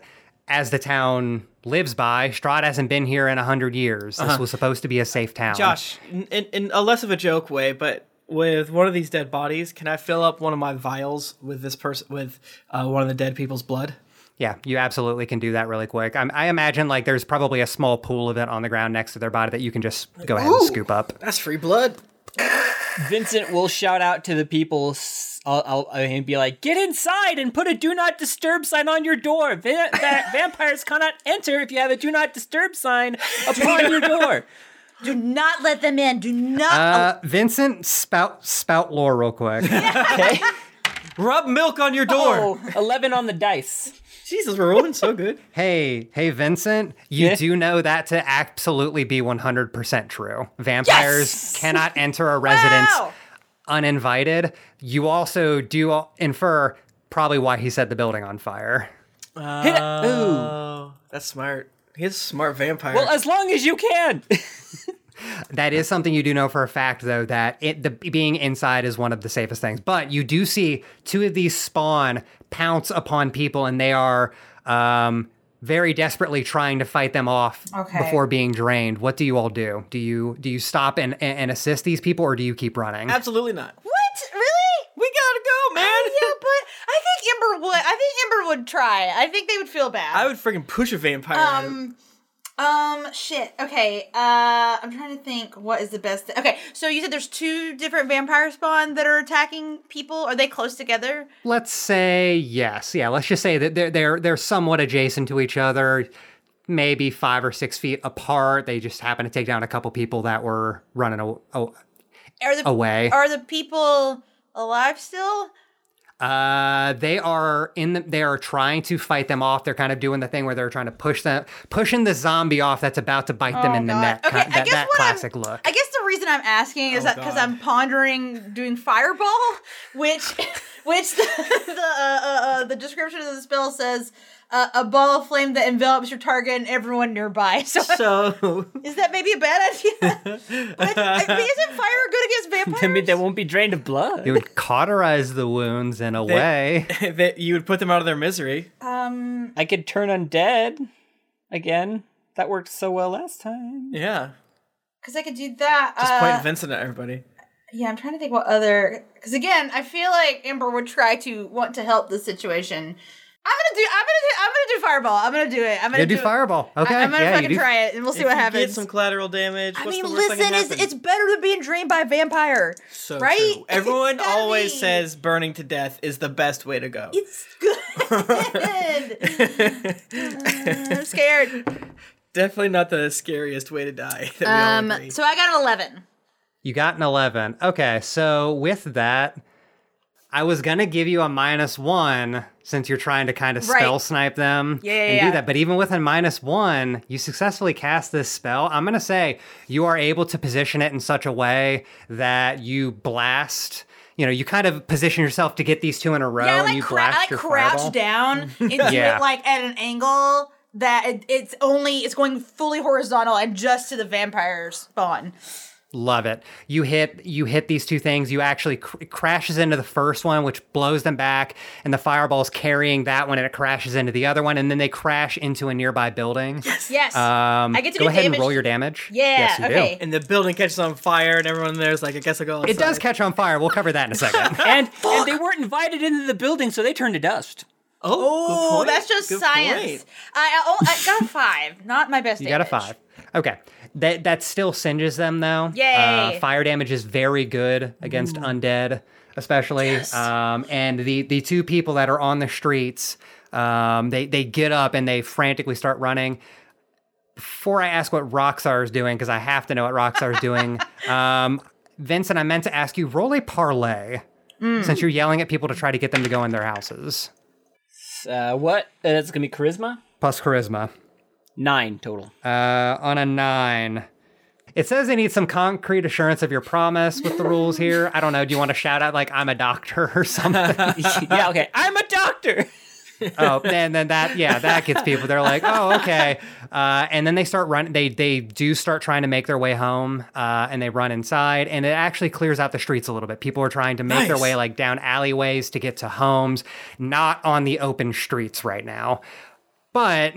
Speaker 1: as the town lives by, Strahd hasn't been here in a hundred years. This was supposed to be a safe town.
Speaker 6: Josh, in, in, in a less of a joke way, but with one of these dead bodies, can I fill up one of my vials with this person with uh, one of the dead people's blood?
Speaker 1: Yeah, you absolutely can do that really quick. I, I imagine like there's probably a small pool of it on the ground next to their body that you can just go ahead and scoop up.
Speaker 6: That's free blood.
Speaker 7: Vincent will shout out to the people s- I'll, I'll, uh, and be like, "Get inside and put a do not disturb sign on your door. Va- [laughs] va- vampires cannot enter if you have a do not disturb [laughs] sign upon your door."
Speaker 4: Do not let them in. Do not.
Speaker 1: Uh, Vincent, spout spout lore real quick.
Speaker 7: Okay.
Speaker 6: Rub milk on your door.
Speaker 7: Oh, 11 on the dice.
Speaker 6: Jesus, we're rolling so good. [laughs]
Speaker 1: hey, hey, Vincent, you
Speaker 7: Yeah?
Speaker 1: do know that to absolutely be one hundred percent true. Vampires cannot enter a residence
Speaker 4: Wow.
Speaker 1: uninvited. You also do al- infer probably why he set the building on fire.
Speaker 7: Hit it. Ooh.
Speaker 6: Oh, that's smart. He's a smart vampire.
Speaker 7: Well, as long as you [laughs] can.
Speaker 1: That is something you do know for a fact, though, that it, the being inside is one of the safest things. But you do see two of these spawn pounce upon people, and they are um, very desperately trying to fight them off
Speaker 4: Okay.
Speaker 1: before being drained. What do you all do? Do you do you stop and and, and assist these people, or do you keep running?
Speaker 6: Absolutely not.
Speaker 4: what? Really?
Speaker 6: We gotta go, man.
Speaker 4: yeah, but I think Ember would. I think Ember would try. I think they would feel bad.
Speaker 6: I would freaking push a vampire. at him.
Speaker 4: Um. Um. Shit. Okay. Uh. I'm trying to think. What is the best? Th- okay. So you said there's two different vampire spawn that are attacking people. Are they close together?
Speaker 1: Let's say yes, yeah. Let's just say that they're they're they're somewhat adjacent to each other. Maybe five or six feet apart. They just happen to take down a couple people that were running aw- aw-
Speaker 4: Are the
Speaker 1: away.
Speaker 4: Are the people alive still?
Speaker 1: Uh, they are in. The, they are trying to fight them off. They're kind of doing the thing where they're trying to push them, pushing the zombie off that's about to bite them in the
Speaker 4: Oh, God.
Speaker 1: neck.
Speaker 4: Okay, I
Speaker 1: Ki- that
Speaker 4: guess
Speaker 1: that
Speaker 4: what I'm-
Speaker 1: classic look.
Speaker 4: I guess the reason I'm asking is that because I'm pondering doing fireball, which, which the the, uh, uh, uh, the description of the spell says uh, a ball of flame that envelops your target and everyone nearby. [laughs] So
Speaker 6: so [laughs]
Speaker 4: is that maybe a bad idea? but, I mean, isn't fire good against vampires?
Speaker 7: I mean, they won't be drained of
Speaker 1: it
Speaker 7: blood.
Speaker 1: would cauterize the wounds in a
Speaker 4: [laughs]
Speaker 1: way.
Speaker 6: that you would put them out of their misery.
Speaker 4: um,
Speaker 7: I could turn undead again. That worked so well last time.
Speaker 6: Yeah.
Speaker 4: because I could do that.
Speaker 6: Just
Speaker 4: uh,
Speaker 6: point Vincent at everybody.
Speaker 4: Yeah, I'm trying to think what other. Because again, I feel like Amber would try to want to help the situation. I'm gonna do. I'm gonna do. I'm gonna do fireball. I'm gonna do it. I'm gonna
Speaker 1: You do
Speaker 4: it.
Speaker 1: fireball. Okay,
Speaker 4: I, am gonna
Speaker 1: yeah, you
Speaker 4: fucking
Speaker 1: do-
Speaker 4: try it, and we'll see
Speaker 6: If
Speaker 4: what
Speaker 6: you
Speaker 4: happens.
Speaker 6: Get some collateral damage.
Speaker 4: I
Speaker 6: what's
Speaker 4: mean,
Speaker 6: the worst that
Speaker 4: listen,
Speaker 6: can
Speaker 4: it's
Speaker 6: happen?
Speaker 4: it's better than being drained by a vampire,
Speaker 6: So
Speaker 4: right? [laughs]
Speaker 6: true. Everyone
Speaker 4: Gotta
Speaker 6: always
Speaker 4: be.
Speaker 6: says burning to death is the best way to go.
Speaker 4: it's
Speaker 6: [laughs]
Speaker 4: good. I'm scared.
Speaker 6: Definitely not the scariest way to die. [laughs] That we all
Speaker 4: Um,
Speaker 6: agree.
Speaker 4: so I got an eleven.
Speaker 1: You got an 11. Okay, so with that, I was going to give you a minus one since you're trying to kind of
Speaker 4: Right.
Speaker 1: spell snipe them
Speaker 4: yeah,
Speaker 1: and do
Speaker 4: yeah.
Speaker 1: that. But even with a minus one, you successfully cast this spell. I'm going to say you are able to position it in such a way that you blast. You know, you kind of position yourself to get these two in a row,
Speaker 4: Yeah, I
Speaker 1: Oh, and
Speaker 4: like,
Speaker 1: you
Speaker 4: cra- I
Speaker 1: blast
Speaker 4: like
Speaker 1: your
Speaker 4: crouch
Speaker 1: fireball. [laughs]
Speaker 4: down and do
Speaker 1: Yeah.
Speaker 4: it like at an angle that it, it's only it's going fully horizontal and just to the vampire spawn.
Speaker 1: Love it. You hit you hit these two things. You actually cr- it crashes into the first one, which blows them back, and the fireball's carrying that one, and it crashes into the other one, and then they crash into a nearby building. Yes.
Speaker 4: Yes,
Speaker 6: Uh,
Speaker 1: Um,
Speaker 4: I get to
Speaker 1: go
Speaker 4: do
Speaker 1: ahead
Speaker 4: damage.
Speaker 1: and roll your damage.
Speaker 4: Yeah,
Speaker 1: Yes, you
Speaker 4: okay.
Speaker 1: do.
Speaker 6: and the building catches on fire, and everyone there's like, I guess I'll go. Outside.
Speaker 1: It does catch on fire. We'll cover that in a
Speaker 4: [laughs]
Speaker 1: second.
Speaker 7: And, and they weren't invited into the building, so they turned to dust.
Speaker 6: Oh,
Speaker 4: Oh,
Speaker 6: good point.
Speaker 4: that's just
Speaker 6: Good
Speaker 4: science.
Speaker 6: point.
Speaker 4: I, I, oh, I got a five. Not my best.
Speaker 1: You got a
Speaker 4: damage.
Speaker 1: five. Okay. That that still singes them though.
Speaker 4: Yay.
Speaker 1: Uh, fire damage is very good against undead. especially. Um, and the the two people that are on the streets, um, they they get up and they frantically start running. Before I ask what Rockstar is doing, because I have to know what Rockstar is doing, um, Vincent, I meant to ask you roll a parlay since you're yelling at people to try to get them to go in their houses.
Speaker 7: Uh, what? Uh, that's gonna be charisma.
Speaker 1: Plus charisma.
Speaker 7: Nine total.
Speaker 1: Uh, on a nine. It says they need some concrete assurance of your promise with the rules here. I don't know. Do you want to shout out like I'm a doctor or something?
Speaker 7: [laughs] yeah. Okay. I'm a doctor.
Speaker 1: [laughs] oh, [laughs] and then that yeah, that gets people. They're like, oh, okay. Uh, and then they start running. They they do start trying to make their way home, uh, and they run inside, and it actually clears out the streets a little bit. People are trying to make their
Speaker 6: Nice.
Speaker 1: way like down alleyways to get to homes, not on the open streets right now, but.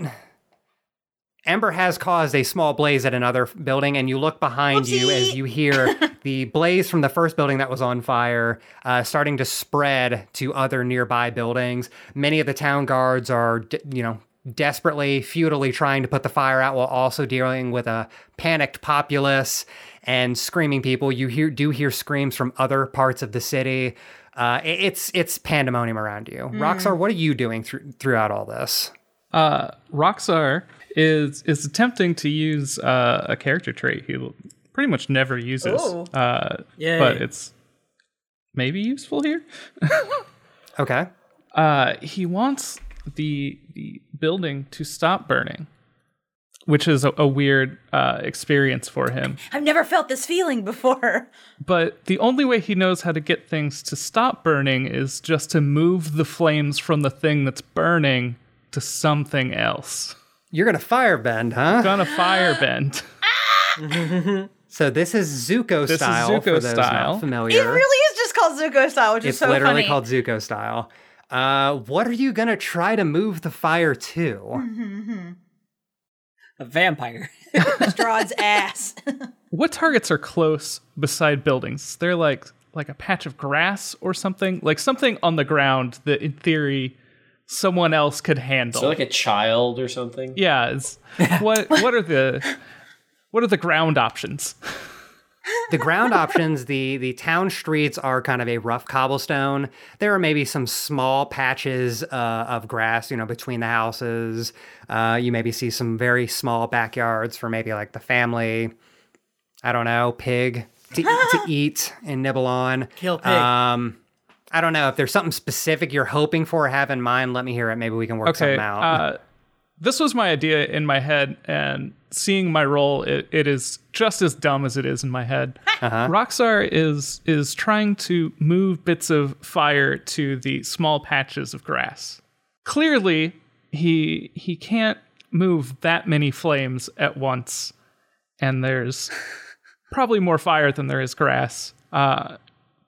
Speaker 1: Ember has caused a small blaze at another f- building, and you look behind you as you hear the blaze from the first building that was on fire uh, starting to spread to other nearby buildings. Many of the town guards are, d- you know, desperately, futilely trying to put the fire out while also dealing with a panicked populace and screaming people. You hear do hear screams from other parts of the city. Uh, i- it's it's pandemonium around you. Roxar, what are you doing thr- throughout all this?
Speaker 5: Uh, Roxar is is attempting to use uh, a character trait he l- pretty much never uses,
Speaker 4: Ooh.
Speaker 5: uh,
Speaker 6: Yay.
Speaker 5: but it's maybe useful here.
Speaker 1: Okay.
Speaker 5: Uh, he wants the the building to stop burning, which is a, a weird uh, experience for him.
Speaker 4: I've never felt this feeling before.
Speaker 5: But the only way he knows how to get things to stop burning is just to move the flames from the thing that's burning to something else.
Speaker 1: You're gonna firebend, huh?
Speaker 5: Gonna fire bend.
Speaker 1: So this is Zuko
Speaker 5: This is
Speaker 1: style for
Speaker 5: Zuko
Speaker 1: those
Speaker 5: style.
Speaker 1: not familiar.
Speaker 4: It really is just called Zuko style, which
Speaker 1: it's
Speaker 4: is so
Speaker 1: literally
Speaker 4: funny. [laughs]
Speaker 1: called Zuko style. Uh, what are you gonna try to move the fire
Speaker 4: [laughs]
Speaker 1: to?
Speaker 7: A vampire.
Speaker 4: Strahd's ass.
Speaker 5: what targets are close beside buildings? They're like like a patch of grass or something, like something on the ground that in theory someone else could handle.
Speaker 2: So like a child or something.
Speaker 5: yeah, it's, what what are the what are the ground options?
Speaker 1: the ground options, the the town streets are kind of a rough cobblestone. There are maybe some small patches uh, of grass, you know, between the houses. Uh, you maybe see some very small backyards for maybe like the family. I don't know, pig to,
Speaker 4: [laughs]
Speaker 1: to eat and nibble on.
Speaker 6: Kill pig.
Speaker 1: Um, I don't know if there's something specific you're hoping for. Have in mind. Let me hear it. Maybe we can work
Speaker 5: Okay,
Speaker 1: something out.
Speaker 5: uh, this was my idea in my head, and seeing my role, it, it is just as dumb as it is in my head. Roxar is is trying to move bits of fire to the small patches of grass. Clearly, he he can't move that many flames at once, and there's probably more fire than there is grass. Uh,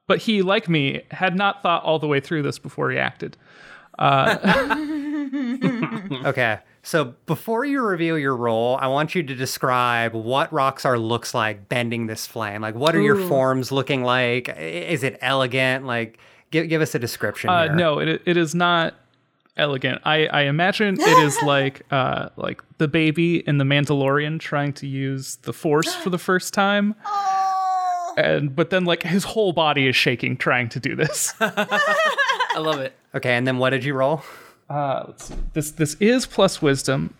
Speaker 5: but he, like me, had not thought all the way through this before he acted.
Speaker 1: [laughs] Okay. So before you reveal your role, I want you to describe what Roxar looks like bending this flame. Like, what are your forms looking like? I- Is it elegant? Like, give, give us a description.
Speaker 5: Uh,
Speaker 1: here.
Speaker 5: no, it it is not elegant. I, I imagine it [laughs] is like uh like the baby in the Mandalorian trying to use the Force for the first time, and but then like his whole body is shaking trying to do this.
Speaker 6: I love it.
Speaker 1: Okay. And then what did you roll?
Speaker 5: [laughs] Uh, let's see. This this is plus wisdom.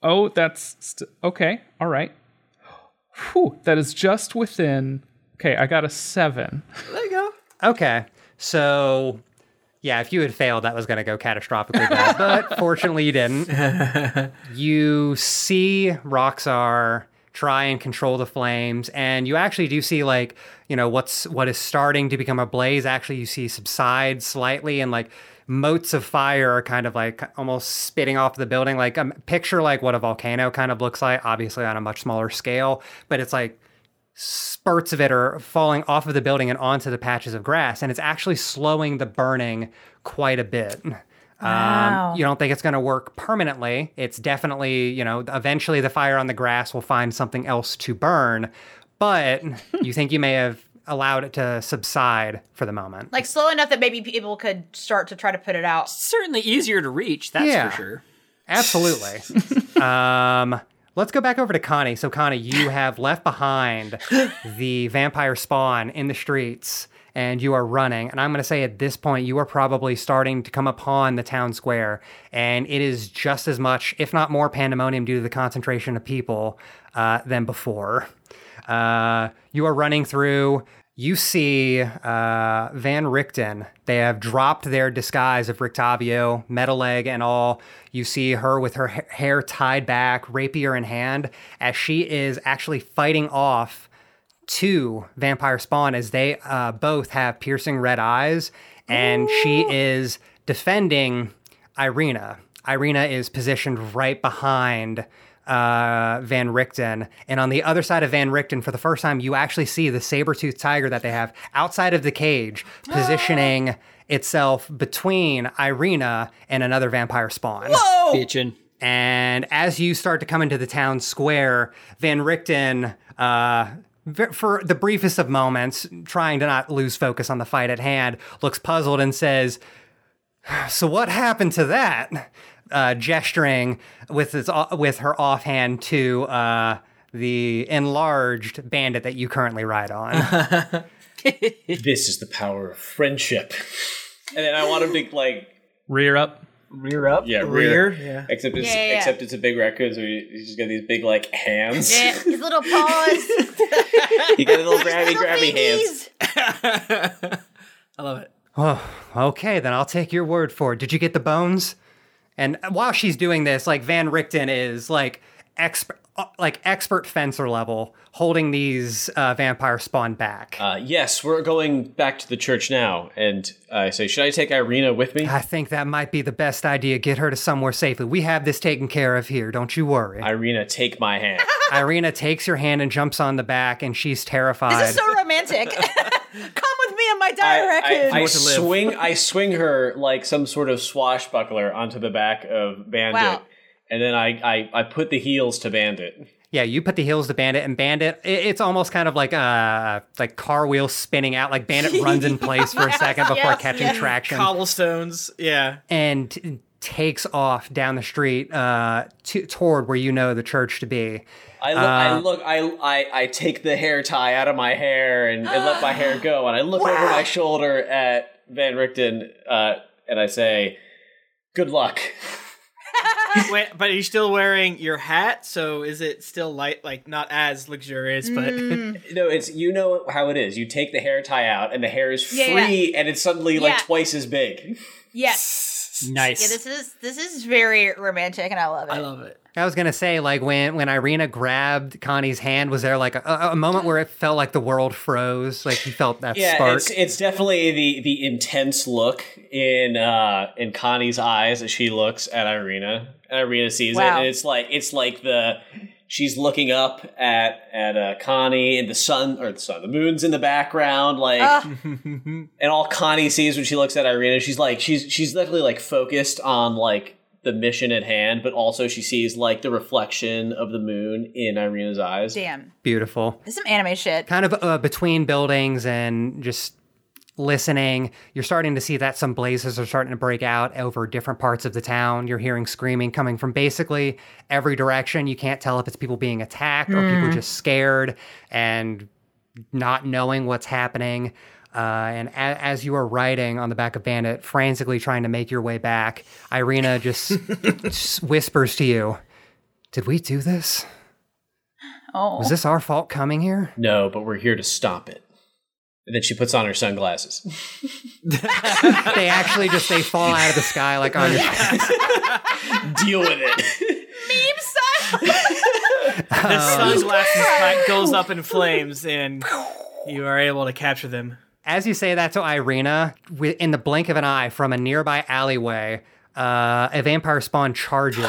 Speaker 5: Oh, that's st- okay. All right. Whew, that is just within. Okay, I got a seven.
Speaker 6: There you go.
Speaker 1: Okay. So, yeah, if you had failed, that was going to go catastrophically bad. But fortunately, you didn't. You see Roxar try and control the flames, and you actually do see like you know what's what is starting to become a blaze. Actually, you see subside slightly, and like motes of fire are kind of like almost spitting off the building. Like um, picture like what a volcano kind of looks like, obviously on a much smaller scale, but it's like spurts of it are falling off of the building and onto the patches of grass, and it's actually slowing the burning quite a bit. Um, you don't think it's going to work permanently. It's definitely, you know, eventually the fire on the grass will find something else to burn, but you think you may have allowed it to subside for the moment.
Speaker 4: [laughs] like slow enough that maybe people could start to try to put it out.
Speaker 7: [laughs] Certainly easier to reach. That's
Speaker 1: Yeah.
Speaker 7: for sure.
Speaker 1: Absolutely. um, let's go back over to Connie. So, Connie, you have left behind the vampire spawn in the streets, and you are running. And I'm going to say at this point, you are probably starting to come upon the town square, and it is just as much, if not more, pandemonium due to the concentration of people uh, than before. Uh, you are running through. You see uh, Van Richten. They have dropped their disguise of Rictavio, metal leg and all. You see her with her ha- hair tied back, rapier in hand, as she is actually fighting off two vampire spawn as they uh, both have piercing red eyes, and she is defending Irina. Irina is positioned right behind uh, Van Richten, and on the other side of Van Richten, for the first time, you actually see the saber-toothed tiger that they have outside of the cage, positioning itself between Irina and another vampire spawn.
Speaker 7: Bitchin'.
Speaker 1: And as you start to come into the town square, Van Richten, uh, ver- for the briefest of moments, trying to not lose focus on the fight at hand, looks puzzled and says, So what happened to that? Uh, gesturing with his, uh, with her offhand to uh, the enlarged bandit that you currently ride on.
Speaker 2: This is the power of friendship. And then I want him to like
Speaker 5: Rear up.
Speaker 6: Rear up.
Speaker 2: yeah
Speaker 6: Rear.
Speaker 2: rear,
Speaker 6: Yeah.
Speaker 2: except it's
Speaker 4: Yeah, yeah, yeah.
Speaker 2: except it's a big raccoon, so he- he's just got these big like hands. [laughs]
Speaker 4: Yeah, Eh, his [laughs] little paws, his
Speaker 2: he got little grabby
Speaker 4: little
Speaker 2: grabby hands.
Speaker 4: babies.
Speaker 1: okay, then I'll take your word for it. Did you get the bones? And while she's doing this, like Van Richten is like expert, like expert fencer level, holding these uh, vampire spawn back.
Speaker 2: Uh, yes, we're going back to the church now, and I say, should I take Irina with me?
Speaker 1: I think that might be the best idea. Get her to somewhere safely. We have this taken care of here. Don't you worry.
Speaker 2: Irina, take my hand.
Speaker 1: [laughs] Irina takes your hand and jumps on the back, and she's terrified.
Speaker 4: This is so [laughs] romantic. Come with me and my
Speaker 2: I,
Speaker 4: dire
Speaker 2: I-
Speaker 4: raccoon.
Speaker 2: I
Speaker 6: More to live.
Speaker 2: swing, I swing her like some sort of swashbuckler onto the back of Bandit,
Speaker 4: Wow.
Speaker 2: and then I, I I put the heels to Bandit.
Speaker 1: Yeah, you put the heels to Bandit, and Bandit, it, it's almost kind of like uh like car wheels spinning out. Like
Speaker 4: [laughs]
Speaker 1: Bandit runs in place for a second before
Speaker 4: yes,
Speaker 1: catching
Speaker 4: yes.
Speaker 1: traction.
Speaker 6: Cobblestones. Yeah.
Speaker 1: and t- takes off down the street uh, to, toward where you know the church to be.
Speaker 2: I, lo- I look, I, I, I take the hair tie out of my hair and, and let my hair go, and I
Speaker 4: [gasps]
Speaker 2: look over my shoulder at Van Richten, uh, and I say, "Good luck."
Speaker 6: [laughs] Wait, but he's still wearing your hat, so is it still light? Like not as luxurious, but [laughs]
Speaker 4: Mm.
Speaker 2: No, it's you know how it is. You take the hair tie out, and the hair is free,
Speaker 4: Yeah, yeah.
Speaker 2: and it's suddenly
Speaker 4: Yeah.
Speaker 2: like twice as big.
Speaker 4: yes.
Speaker 7: Nice.
Speaker 4: Yeah, this is this is very romantic, and I love it.
Speaker 6: I love it.
Speaker 1: I was gonna say, like when when Irina grabbed Connie's hand, was there like a, a a moment where it felt like the world froze? Like you felt that
Speaker 2: Yeah,
Speaker 1: spark.
Speaker 2: it's it's definitely the the intense look in uh in Connie's eyes as she looks at Irina. And Irina sees
Speaker 4: Wow.
Speaker 2: it, and it's like it's like the she's looking up at at uh, Connie, and the sun or the sun, the moon's in the background, like. [laughs] and all Connie sees when she looks at Irina, she's like she's she's definitely like focused on like the mission at hand, but also she sees like the reflection of the moon in Irina's eyes.
Speaker 4: Damn,
Speaker 1: Beautiful.
Speaker 4: this is some anime shit.
Speaker 1: Kind of uh, between buildings and just listening, you're starting to see that some blazes are starting to break out over different parts of the town. You're hearing screaming coming from basically every direction. You can't tell if it's people being attacked or people just scared and not knowing what's happening. Uh, and a- as you are riding on the back of Bandit, frantically trying to make your way back, Irina just s- whispers to you, Did we do this?
Speaker 4: Oh,
Speaker 1: Was this our fault coming here?
Speaker 2: No, but we're here to stop it. And then she puts on her sunglasses.
Speaker 1: They actually just they fall out of the sky like on your
Speaker 2: Deal with it.
Speaker 6: The
Speaker 1: Oh.
Speaker 4: [laughs]
Speaker 6: sunglasses hat goes up in flames, and you are able to capture them.
Speaker 1: As you say that to Irina, wi- in the blink of an eye from a nearby alleyway, uh, a vampire spawn charges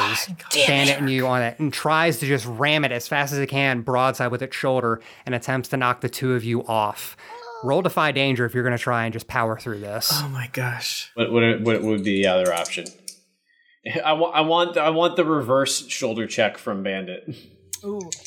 Speaker 1: Bandit and you on it and tries to just ram it as fast as it can, broadside with its shoulder, and attempts to knock the two of you off. Roll Defy Danger if you're going to try and just power through this.
Speaker 6: Oh my gosh!
Speaker 2: what, what, what would be the other option? I, wa- I want I want the reverse shoulder check from Bandit.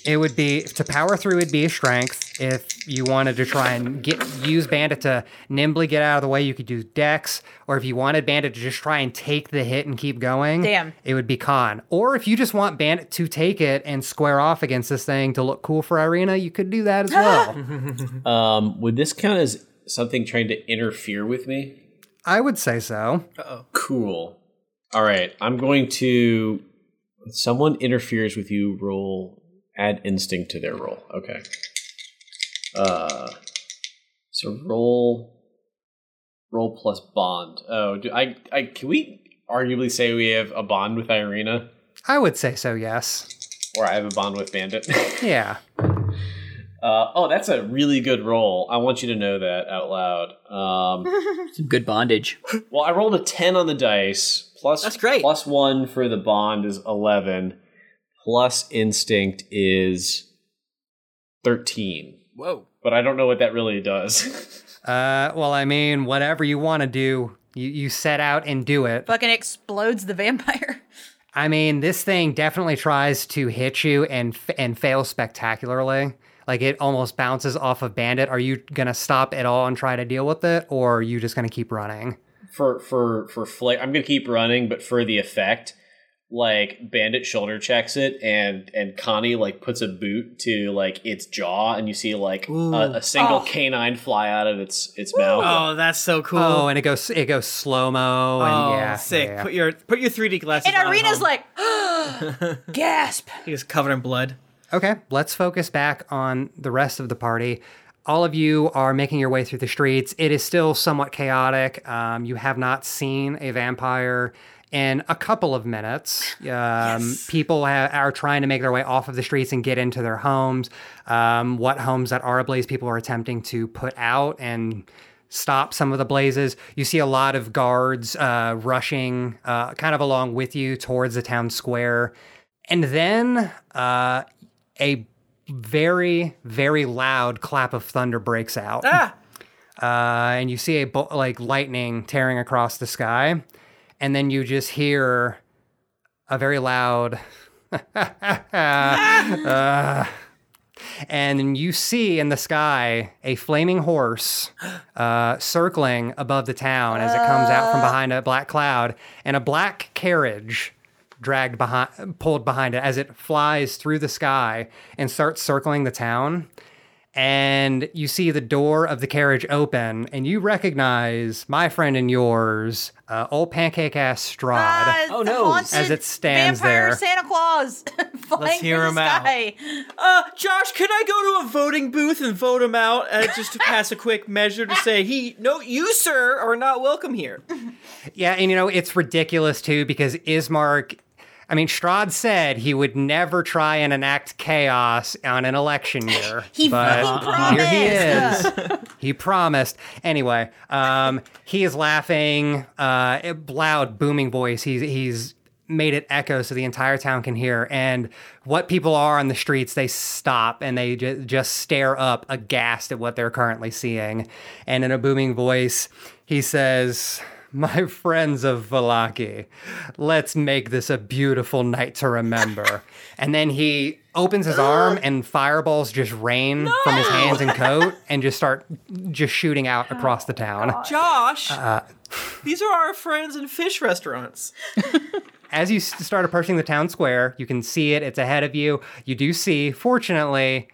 Speaker 1: It would be to power through. It'd be a strength. If you wanted to try and get use Bandit to nimbly get out of the way, you could do Dex. Or if you wanted Bandit to just try and take the hit and keep going,
Speaker 4: Damn.
Speaker 1: it would be Con. Or if you just want Bandit to take it and square off against this thing to look cool for Irina, you could do that as well.
Speaker 2: Um, would this count as something trying to interfere with me?
Speaker 1: I would say so.
Speaker 2: Cool. All right, I'm going to. If someone interferes with you. Roll. Add instinct to their roll. Okay. Uh. So roll. Roll plus bond. Oh, do I? I can we arguably say we have a bond with Irina,
Speaker 1: I would say so, yes.
Speaker 2: or I have a bond with Bandit. [laughs]
Speaker 1: Yeah.
Speaker 2: Uh, oh, that's a really good roll. I want you to know that out loud.
Speaker 6: [laughs]
Speaker 2: Um,
Speaker 7: Some good bondage.
Speaker 2: well, I rolled a ten on the dice. Plus,
Speaker 6: That's great.
Speaker 2: Plus one for the bond is eleven. Plus instinct is thirteen.
Speaker 6: Whoa.
Speaker 2: But I don't know what that really does. [laughs]
Speaker 1: Uh, well, I mean, whatever you want to do, you, you set out and do it.
Speaker 4: Fucking explodes the vampire.
Speaker 1: I mean, this thing definitely tries to hit you and f- and fail spectacularly. Like it almost bounces off of Bandit. Are you gonna stop at all and try to deal with it, or are you just gonna keep running?
Speaker 2: for for for flick, I'm gonna keep running, but for the effect, like Bandit shoulder checks it, and and Connie like puts a boot to like its jaw, and you see like a, a single
Speaker 4: Oh.
Speaker 2: canine fly out of its its mouth.
Speaker 6: Oh, that's so cool.
Speaker 1: Oh, and it goes it goes slow mo and
Speaker 6: Oh,
Speaker 1: yeah,
Speaker 6: sick.
Speaker 1: yeah, yeah.
Speaker 6: Put your put your 3D glasses
Speaker 4: And
Speaker 6: on. at
Speaker 4: Irina's
Speaker 6: home.
Speaker 4: like, gasp.
Speaker 6: He was covered in blood.
Speaker 1: Okay, let's focus back on the rest of the party. All of you are making your way through the streets. It is still somewhat chaotic. Um, you have not seen a vampire in a couple of minutes. Um, People ha- are trying to make their way off of the streets and get into their homes. Um, what homes that are ablaze, people are attempting to put out and stop some of the blazes. You see a lot of guards uh, rushing uh, kind of along with you towards the town square. And then uh, a very, very loud clap of thunder breaks out. Uh, and you see a bo- like lightning tearing across the sky. And then you just hear a very loud. [laughs] uh, and you see in the sky a flaming horse uh, circling above the town as it comes out from behind a black cloud, and a black carriage dragged behind, pulled behind it as it flies through the sky and starts circling the town. And you see the door of the carriage open, and you recognize my friend and yours, uh, old pancake ass Strahd.
Speaker 4: Ah,
Speaker 7: Oh, no.
Speaker 4: haunted
Speaker 1: As it stands
Speaker 4: vampire
Speaker 1: there.
Speaker 4: Santa Claus [laughs] flying
Speaker 6: hear
Speaker 4: through
Speaker 6: him
Speaker 4: the
Speaker 6: out.
Speaker 4: sky.
Speaker 6: Uh, Josh, can I go to a voting booth and vote him out uh, just to pass a quick measure to say he, no, you sir, are not welcome here.
Speaker 1: Yeah, and you know, it's ridiculous too because Ismark, I mean, Strahd said he would never try and enact chaos on an election year.
Speaker 4: [laughs] He
Speaker 1: but
Speaker 4: fucking
Speaker 1: Here he is. he promised. Anyway, um, he is laughing, uh, a loud, booming voice. He's, he's, Made it echo so the entire town can hear. And what people are on the streets, they stop and they ju- just stare up aghast at what they're currently seeing. And in a booming voice, he says, my friends of Valaki, let's make this a beautiful night to remember. and then he opens his arm and fireballs just rain from his hands and coat and just start just shooting out across the town.
Speaker 6: Josh, these are our friends in fish restaurants.
Speaker 1: As you s- start approaching the town square, you can see it, it's ahead of you. You do see, fortunately,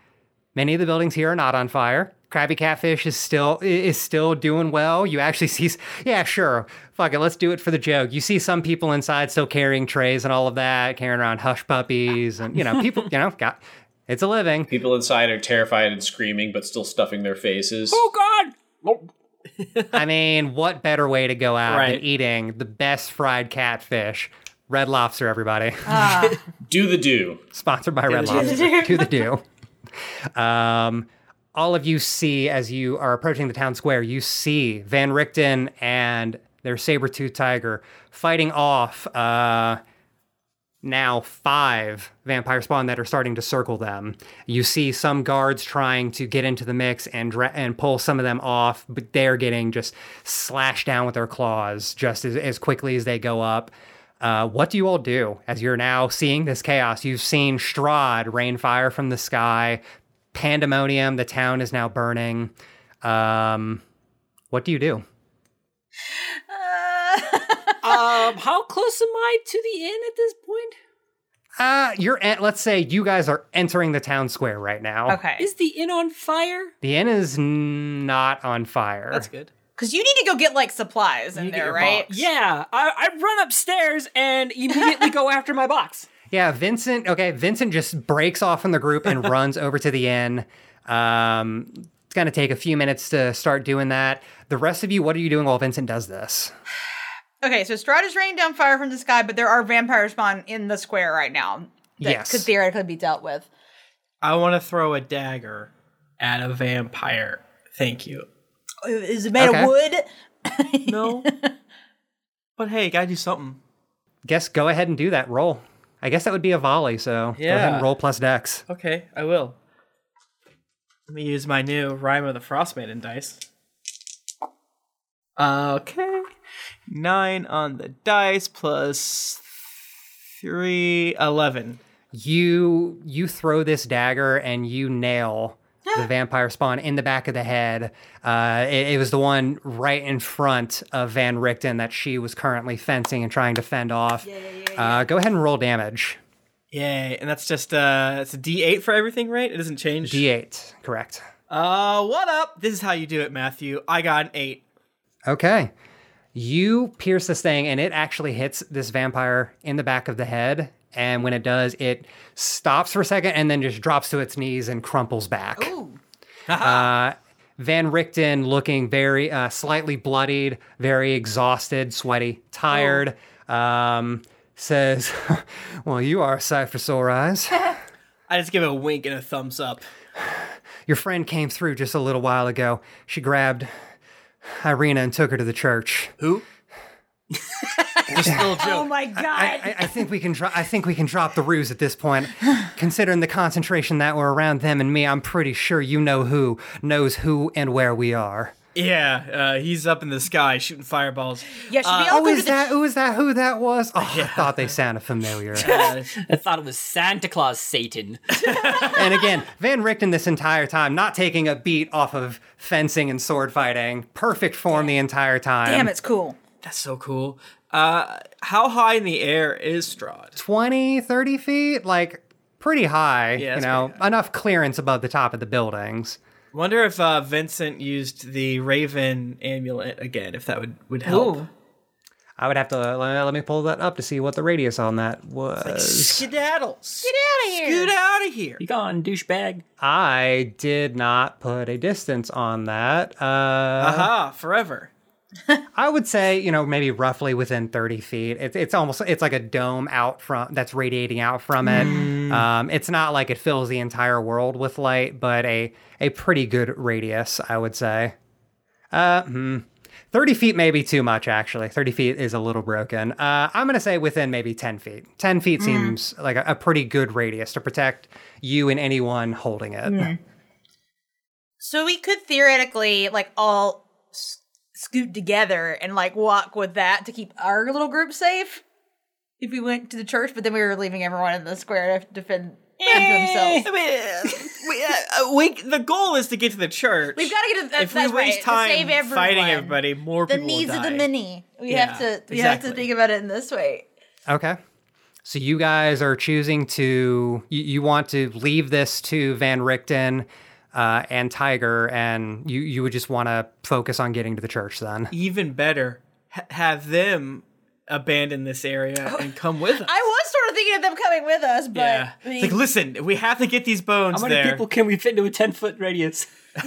Speaker 1: many of the buildings here are not on fire. Krabby Catfish is still i- is still doing well. You actually see, s- yeah, sure, fuck it, let's do it for the joke. You see some people inside still carrying trays and all of that, carrying around hush puppies, and you know, people, you know, got it's a living.
Speaker 2: People inside are terrified and screaming, but still stuffing their faces.
Speaker 7: Oh God!
Speaker 1: I mean, what better way to go out
Speaker 6: Right.
Speaker 1: than eating the best fried catfish? Red Lobster, everybody.
Speaker 2: Do the do.
Speaker 1: [laughs] sponsored by Red Lobster. Do the do. [laughs] Um, all of you see as you are approaching the town square, you see Van Richten and their saber-tooth tiger fighting off uh, now five vampire spawn that are starting to circle them. You see some guards trying to get into the mix and dra- and pull some of them off, but they're getting just slashed down with their claws just as, as quickly as they go up. Uh, what do you all do as you're now seeing this chaos? You've seen Strahd rain fire from the sky, pandemonium. The town is now burning. Um, what do you do?
Speaker 7: Um, how close am I to the inn at this point?
Speaker 1: Uh, you're en- let's say you guys are entering the town square right now.
Speaker 4: Okay.
Speaker 7: Is the inn on fire?
Speaker 1: The inn is n- not on fire.
Speaker 6: That's good.
Speaker 4: Because you need to go get like supplies in
Speaker 6: You get
Speaker 4: there,
Speaker 6: your
Speaker 4: right?
Speaker 6: box.
Speaker 7: Yeah, I, I run upstairs and immediately go after my box.
Speaker 1: Yeah, Vincent. Okay, Vincent just breaks off from the group and
Speaker 6: [laughs]
Speaker 1: runs over to the inn. Um, it's gonna take a few minutes to start doing that. The rest of you, what are you doing while Vincent does this?
Speaker 4: Okay, so Strahd is raining down fire from the sky, but there are vampire spawn in the square right now. That
Speaker 1: Yes.
Speaker 4: Could theoretically be dealt with.
Speaker 6: I want to throw a dagger at a vampire. Thank you. [laughs]
Speaker 4: Is it made
Speaker 1: Okay.
Speaker 4: of wood?
Speaker 6: No. but hey, gotta do something.
Speaker 1: Guess go ahead and do that. Roll. I guess that would be a volley. So go ahead
Speaker 6: Yeah.
Speaker 1: and roll plus dex.
Speaker 6: Okay, I will. Let me use my new Rhyme of the Frostmaiden dice. Okay. Nine on the dice plus three, eleven.
Speaker 1: you you throw this dagger and you nail the vampire spawn in the back of the head. Uh, it, it was the one right in front of Van Richten that she was currently fencing and trying to fend off. Uh, go ahead and roll damage.
Speaker 6: Yay. And that's just, uh, it's a D8 for everything, right? It doesn't change.
Speaker 1: D8, correct.
Speaker 6: uh, what up? This is how you do it, Matthew. I got an eight.
Speaker 1: Okay. You pierce this thing and it actually hits this vampire in the back of the head. And when it does, it stops for a second and then just drops to its knees and crumples back. [laughs] uh, Van Richten looking very uh, slightly bloodied, very exhausted, sweaty, tired. Um, says, [laughs] Well, you are a sight for sore eyes.
Speaker 6: I just give it a wink and a thumbs up.
Speaker 1: Your friend came through just a little while ago. She grabbed Irina and took her to the church.
Speaker 6: Who? just a little joke.
Speaker 4: [laughs] Oh my god.
Speaker 1: I, I think we can drop. I think we can drop the ruse at this point.
Speaker 4: [sighs]
Speaker 1: Considering the concentration that were around them and me, I'm pretty sure you know who knows who and where we are.
Speaker 6: Yeah, uh, he's up in the sky shooting fireballs.
Speaker 4: yeah, should we
Speaker 1: Oh,
Speaker 4: all go to
Speaker 1: is
Speaker 4: the
Speaker 1: that? Who is that? Who that was? Oh, I thought they sounded
Speaker 4: [laughs]
Speaker 1: familiar.
Speaker 6: Uh,
Speaker 7: I thought it was Santa Claus Satan.
Speaker 1: and again, Van Richten this entire time, not taking a beat off of fencing and sword fighting, perfect form the entire time.
Speaker 4: Damn, it's cool.
Speaker 6: that's so cool. Uh, how high in the air is Strahd?
Speaker 1: 20, 30 feet, like pretty high. you
Speaker 6: it's
Speaker 1: know, enough clearance above the top of the buildings.
Speaker 6: Wonder if uh, Vincent used the Raven amulet again, if that would, would help.
Speaker 1: I would have to let, let me pull that up to see what the radius on that was.
Speaker 6: Skedaddle. Scoot
Speaker 4: Get out of here.
Speaker 6: out of here.
Speaker 7: Be gone, douchebag.
Speaker 1: I did not put a distance on that. Uh,
Speaker 6: Aha, forever.
Speaker 1: I would say, you know, maybe roughly within 30 feet. It's it's almost it's like a dome out from that's radiating out from it. Um, it's not like it fills the entire world with light, but a a pretty good radius, I would say. Uh, hmm. 30 feet may be too much, actually. 30 feet is a little broken. Uh, I'm going to say within maybe 10 feet. 10 feet seems like a, a pretty good radius to protect you and anyone holding it.
Speaker 4: So we could theoretically like all s- scoot together and like walk with that to keep our little group safe. If we went to the church, but then we were leaving everyone in the square to defend themselves.
Speaker 6: I mean, we, uh, uh, we, the goal is to get to the church.
Speaker 4: We've got to get to that.
Speaker 6: if we
Speaker 4: that's right,
Speaker 6: waste
Speaker 4: to
Speaker 6: time
Speaker 4: save everyone.
Speaker 6: fighting everybody, more
Speaker 4: the
Speaker 6: people will
Speaker 4: needs of the
Speaker 6: die.
Speaker 4: many. We have
Speaker 6: Yeah,
Speaker 4: to. We have to
Speaker 6: exactly.
Speaker 4: think about it in this way.
Speaker 1: Okay. So you guys are choosing to you, you want to leave this to Van Richten uh, and Tiger, and you you would just want to focus on getting to the church then.
Speaker 6: Even better, ha- have them abandon this area and come with us.
Speaker 4: Oh. [laughs] I was sort of thinking of them coming with us, but
Speaker 6: Yeah.
Speaker 4: I mean,
Speaker 6: It's like, listen, we have to get these bones
Speaker 7: How many
Speaker 6: there.
Speaker 7: people can we fit into a 10 foot radius?
Speaker 6: [laughs]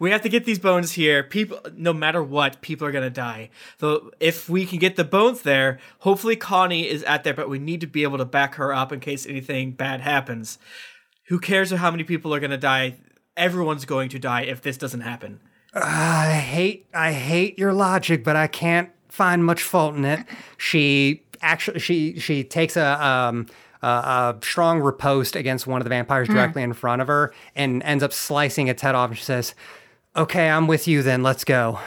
Speaker 6: we have to get these bones here. People, no matter what, people are gonna die. So if we can get the bones there, hopefully Connie is at there, but we need to be able to back her up in case anything bad happens. Who cares how many people are gonna die? Everyone's going to die if this doesn't happen.
Speaker 1: I hate I hate your logic, but I can't find much fault in it. She actually she she takes a um a, a strong riposte against one of the vampires directly in front of her and ends up slicing its head off. And she says, "Okay, I'm with you. Then let's go."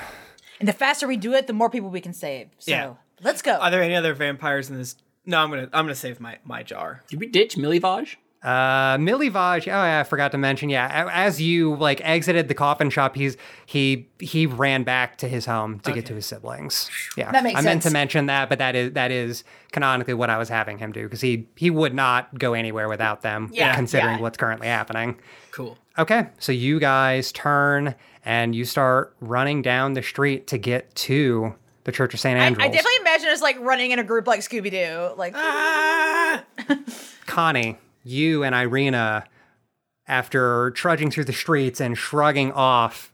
Speaker 4: and the faster we do it, the more people we can save. So
Speaker 6: Yeah.
Speaker 4: let's go.
Speaker 6: Are there any other vampires in this? No, I'm gonna I'm gonna save my my jar.
Speaker 7: Did we ditch Milivage?
Speaker 1: Uh, Millie Vaj. Oh, yeah, I forgot to mention. Yeah, a- as you like exited the coffin shop, he's he he ran back to his home to get to his siblings. Yeah,
Speaker 4: That makes
Speaker 1: I meant to
Speaker 4: sense.
Speaker 1: mention that, but that is that is canonically what I was having him do because he he would not go anywhere without them.
Speaker 4: Yeah,
Speaker 1: considering
Speaker 4: yeah.
Speaker 1: what's currently happening.
Speaker 6: Cool.
Speaker 1: Okay, so you guys turn and you start running down the street to get to the Church of St.
Speaker 4: I, I
Speaker 1: Andrews.
Speaker 4: definitely imagine us like running in a group like Scooby Doo. Like,
Speaker 6: Ah.
Speaker 1: Connie, you and Irina, after trudging through the streets and shrugging off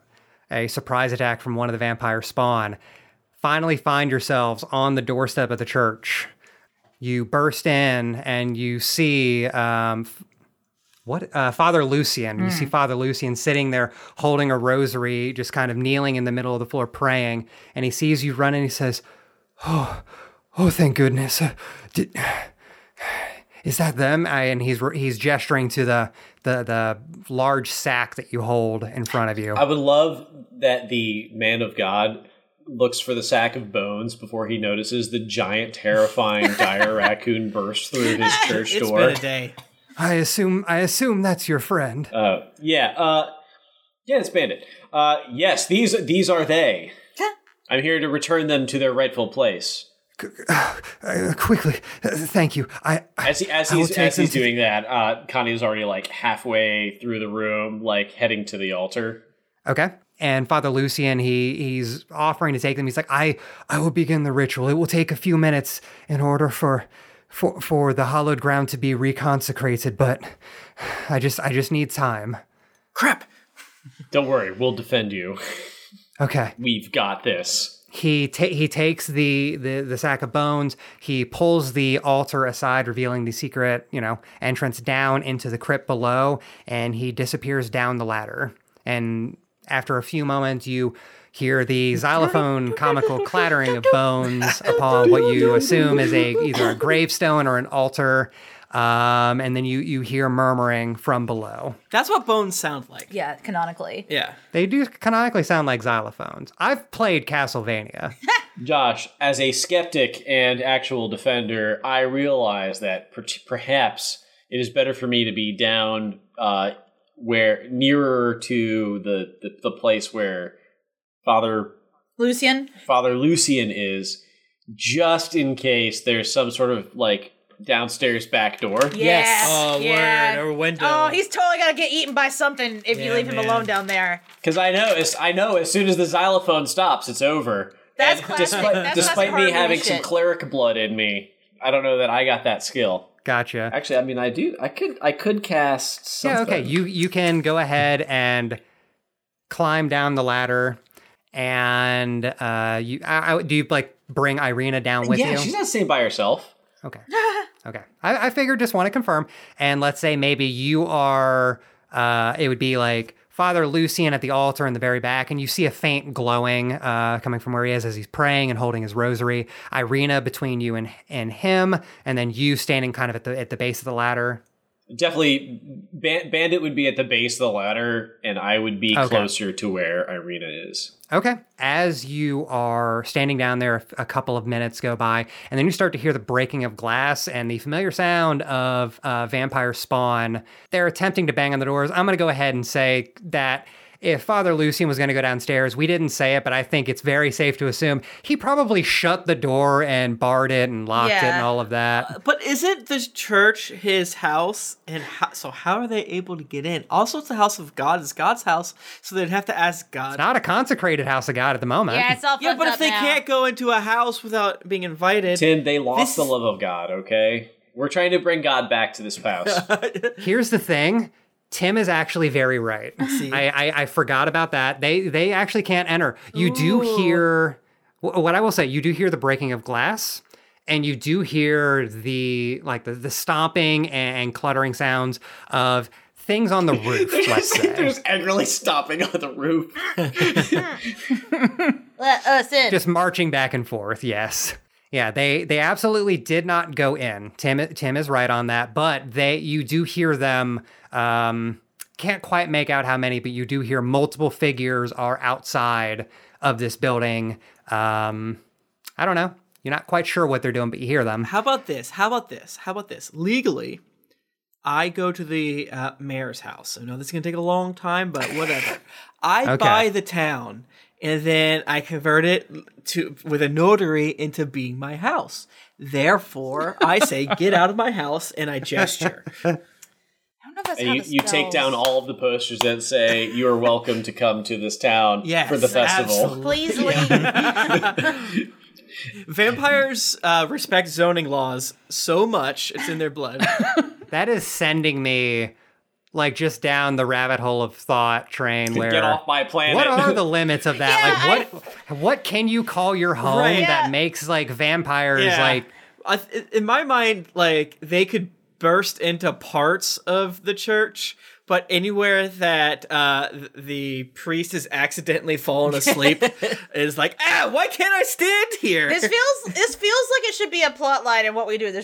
Speaker 1: a surprise attack from one of the vampire spawn, finally find yourselves on the doorstep of the church. You burst in and you see um, f- what uh, Father Lucian. You see Father Lucian sitting there holding a rosary, just kind of kneeling in the middle of the floor praying. And he sees you run and he says, "Oh, oh, thank goodness! Uh, did, is that them? I, and he's he's gesturing to the the the large sack that you hold in front of you.
Speaker 2: I would love that the man of God looks for the sack of bones before he notices the giant,
Speaker 6: [laughs]
Speaker 2: terrifying dire raccoon burst through his church
Speaker 6: It's
Speaker 2: door.
Speaker 6: been a day.
Speaker 1: I assume I assume that's your friend.
Speaker 2: Uh, yeah, uh, yeah, it's Bandit. Uh, yes, these these
Speaker 1: [laughs]
Speaker 2: are they. I'm here to return them to their rightful place.
Speaker 1: Uh, quickly, uh, thank you. I, I
Speaker 2: As he, as
Speaker 1: I will
Speaker 2: he's
Speaker 1: take
Speaker 2: as he's
Speaker 1: them to-
Speaker 2: doing that, uh, Connie is already like halfway through the room, like heading to the altar.
Speaker 1: okay. And Father Lucian, he he's offering to take them. He's like, I I will begin the ritual. It will take a few minutes in order for for for the hallowed ground to be reconsecrated, but I just I just need time.
Speaker 6: Crap.
Speaker 2: Don't worry, we'll defend you.
Speaker 1: Okay.
Speaker 2: We've got this.
Speaker 1: he ta- he takes the, the the sack of bones he pulls the altar aside revealing the secret you know entrance down into the crypt below and he disappears down the ladder and after a few moments you hear the xylophone comical clattering of bones upon what you assume is a either a gravestone or an altar um, and then you you hear murmuring from below
Speaker 6: That's what bones sound like.
Speaker 4: yeah, canonically.
Speaker 6: Yeah.
Speaker 1: they do canonically sound like xylophones i've played castlevania
Speaker 2: Josh, as a skeptic and actual defender, I realize that per- perhaps it is better for me to be down uh, where nearer to the, the the place where Father
Speaker 4: Lucian,
Speaker 2: Father Lucian is, just in case there's some sort of like downstairs back door.
Speaker 4: yes,
Speaker 6: Oh,
Speaker 4: yeah.
Speaker 6: word. Or window.
Speaker 4: Oh, he's totally gonna get eaten by something if you
Speaker 6: Yeah,
Speaker 4: leave him
Speaker 6: man.
Speaker 4: alone down there.
Speaker 2: Because I know, as, I know, as soon as the xylophone stops, it's over.
Speaker 4: That's
Speaker 2: And
Speaker 4: classic-
Speaker 2: Despite,
Speaker 4: that's classic
Speaker 2: despite
Speaker 4: horror
Speaker 2: me
Speaker 4: movie
Speaker 2: having some
Speaker 4: shit.
Speaker 2: cleric blood in me, I don't know that I got that skill.
Speaker 1: gotcha
Speaker 2: Actually, I mean, I do. I could. I could cast. Something.
Speaker 1: Yeah, okay. You you can go ahead and climb down the ladder, and uh, you I, I, do you like bring Irina down with
Speaker 2: yeah,
Speaker 1: you?
Speaker 2: she's not staying by herself. [laughs]
Speaker 1: Okay. okay. I, I figured just want to confirm. And let's say maybe you are, uh, it would be like Father Lucian at the altar in the very back, and you see a faint glowing uh, coming from where he is as he's praying and holding his rosary. Irina between you and, and him, and then you standing kind of at the at the base of the ladder.
Speaker 2: Definitely, Ban- Bandit would be at the base of the ladder, and I would be
Speaker 1: Okay.
Speaker 2: closer to where Irina is.
Speaker 1: Okay. As you are standing down there, a couple of minutes go by, and then you start to hear the breaking of glass and the familiar sound of uh, vampire spawn. They're attempting to bang on the doors. I'm going to go ahead and say that if Father Lucian was going to go downstairs, we didn't say it, but I think it's very safe to assume he probably shut the door and barred it and locked it and
Speaker 4: Yeah. Uh,
Speaker 1: all of that.
Speaker 6: But isn't the church his house? And how, so, how are they able to get in? Also, it's the house of God. It's God's house, so they'd have to ask God.
Speaker 1: Not a consecrated house of God at the moment.
Speaker 4: Yeah, it's all
Speaker 6: yeah,
Speaker 4: fucked
Speaker 6: but if
Speaker 4: up
Speaker 6: they
Speaker 4: now.
Speaker 6: can't go into a house without being invited,
Speaker 2: Tim, they
Speaker 6: This-
Speaker 2: lost the love of God. Okay, we're trying to bring God back to
Speaker 1: [laughs]
Speaker 2: this house.
Speaker 1: Here's the thing. Tim is actually very right. I, I, I forgot about that. They they actually can't enter. You do hear wh- what I will say. You do hear the breaking of glass, and you do hear the like the, the stomping and, and cluttering sounds of things on the roof. let's say
Speaker 2: There's angrily stomping on the roof.
Speaker 4: Let us in.
Speaker 1: just marching back and forth. Yes. Yeah, they they absolutely did not go in. Tim Tim is right on that, but they you do hear them um can't quite make out how many, but you do hear multiple figures are outside of this building. Um I don't know. You're not quite sure what they're doing, but you hear them.
Speaker 6: How about this? How about this? How about this? Legally, I go to the uh, mayor's house. I know this is going to take a long time, but
Speaker 1: [laughs]
Speaker 6: whatever. I
Speaker 1: Okay.
Speaker 6: buy the town and then I convert it to with a notary into being my house. Therefore, I say, get out of my house, and I
Speaker 1: [laughs]
Speaker 6: gesture.
Speaker 4: I don't know if that's
Speaker 2: And
Speaker 4: how
Speaker 2: you,
Speaker 4: this
Speaker 2: you take
Speaker 4: spells.
Speaker 2: down all of the posters that say you are welcome to come to this town
Speaker 6: Yes,
Speaker 2: for the festival.
Speaker 6: absolutely.
Speaker 2: [laughs]
Speaker 4: Please leave.
Speaker 6: Vampires uh, respect zoning laws so much; it's in their blood.
Speaker 1: That is sending me like just down the rabbit hole of thought train where
Speaker 2: Get off my planet.
Speaker 1: what are
Speaker 2: [laughs]
Speaker 1: the limits of that?
Speaker 4: Yeah,
Speaker 1: like what what can you call your home
Speaker 6: Right.
Speaker 4: Yeah.
Speaker 1: that makes like vampires like
Speaker 6: I th- in my mind, like they could burst into parts of the church, but anywhere that uh, th- the priest has accidentally fallen
Speaker 4: [laughs]
Speaker 6: asleep is like, ah, why can't I stand here?
Speaker 4: this feels this feels like it should be a plot line in what we do in the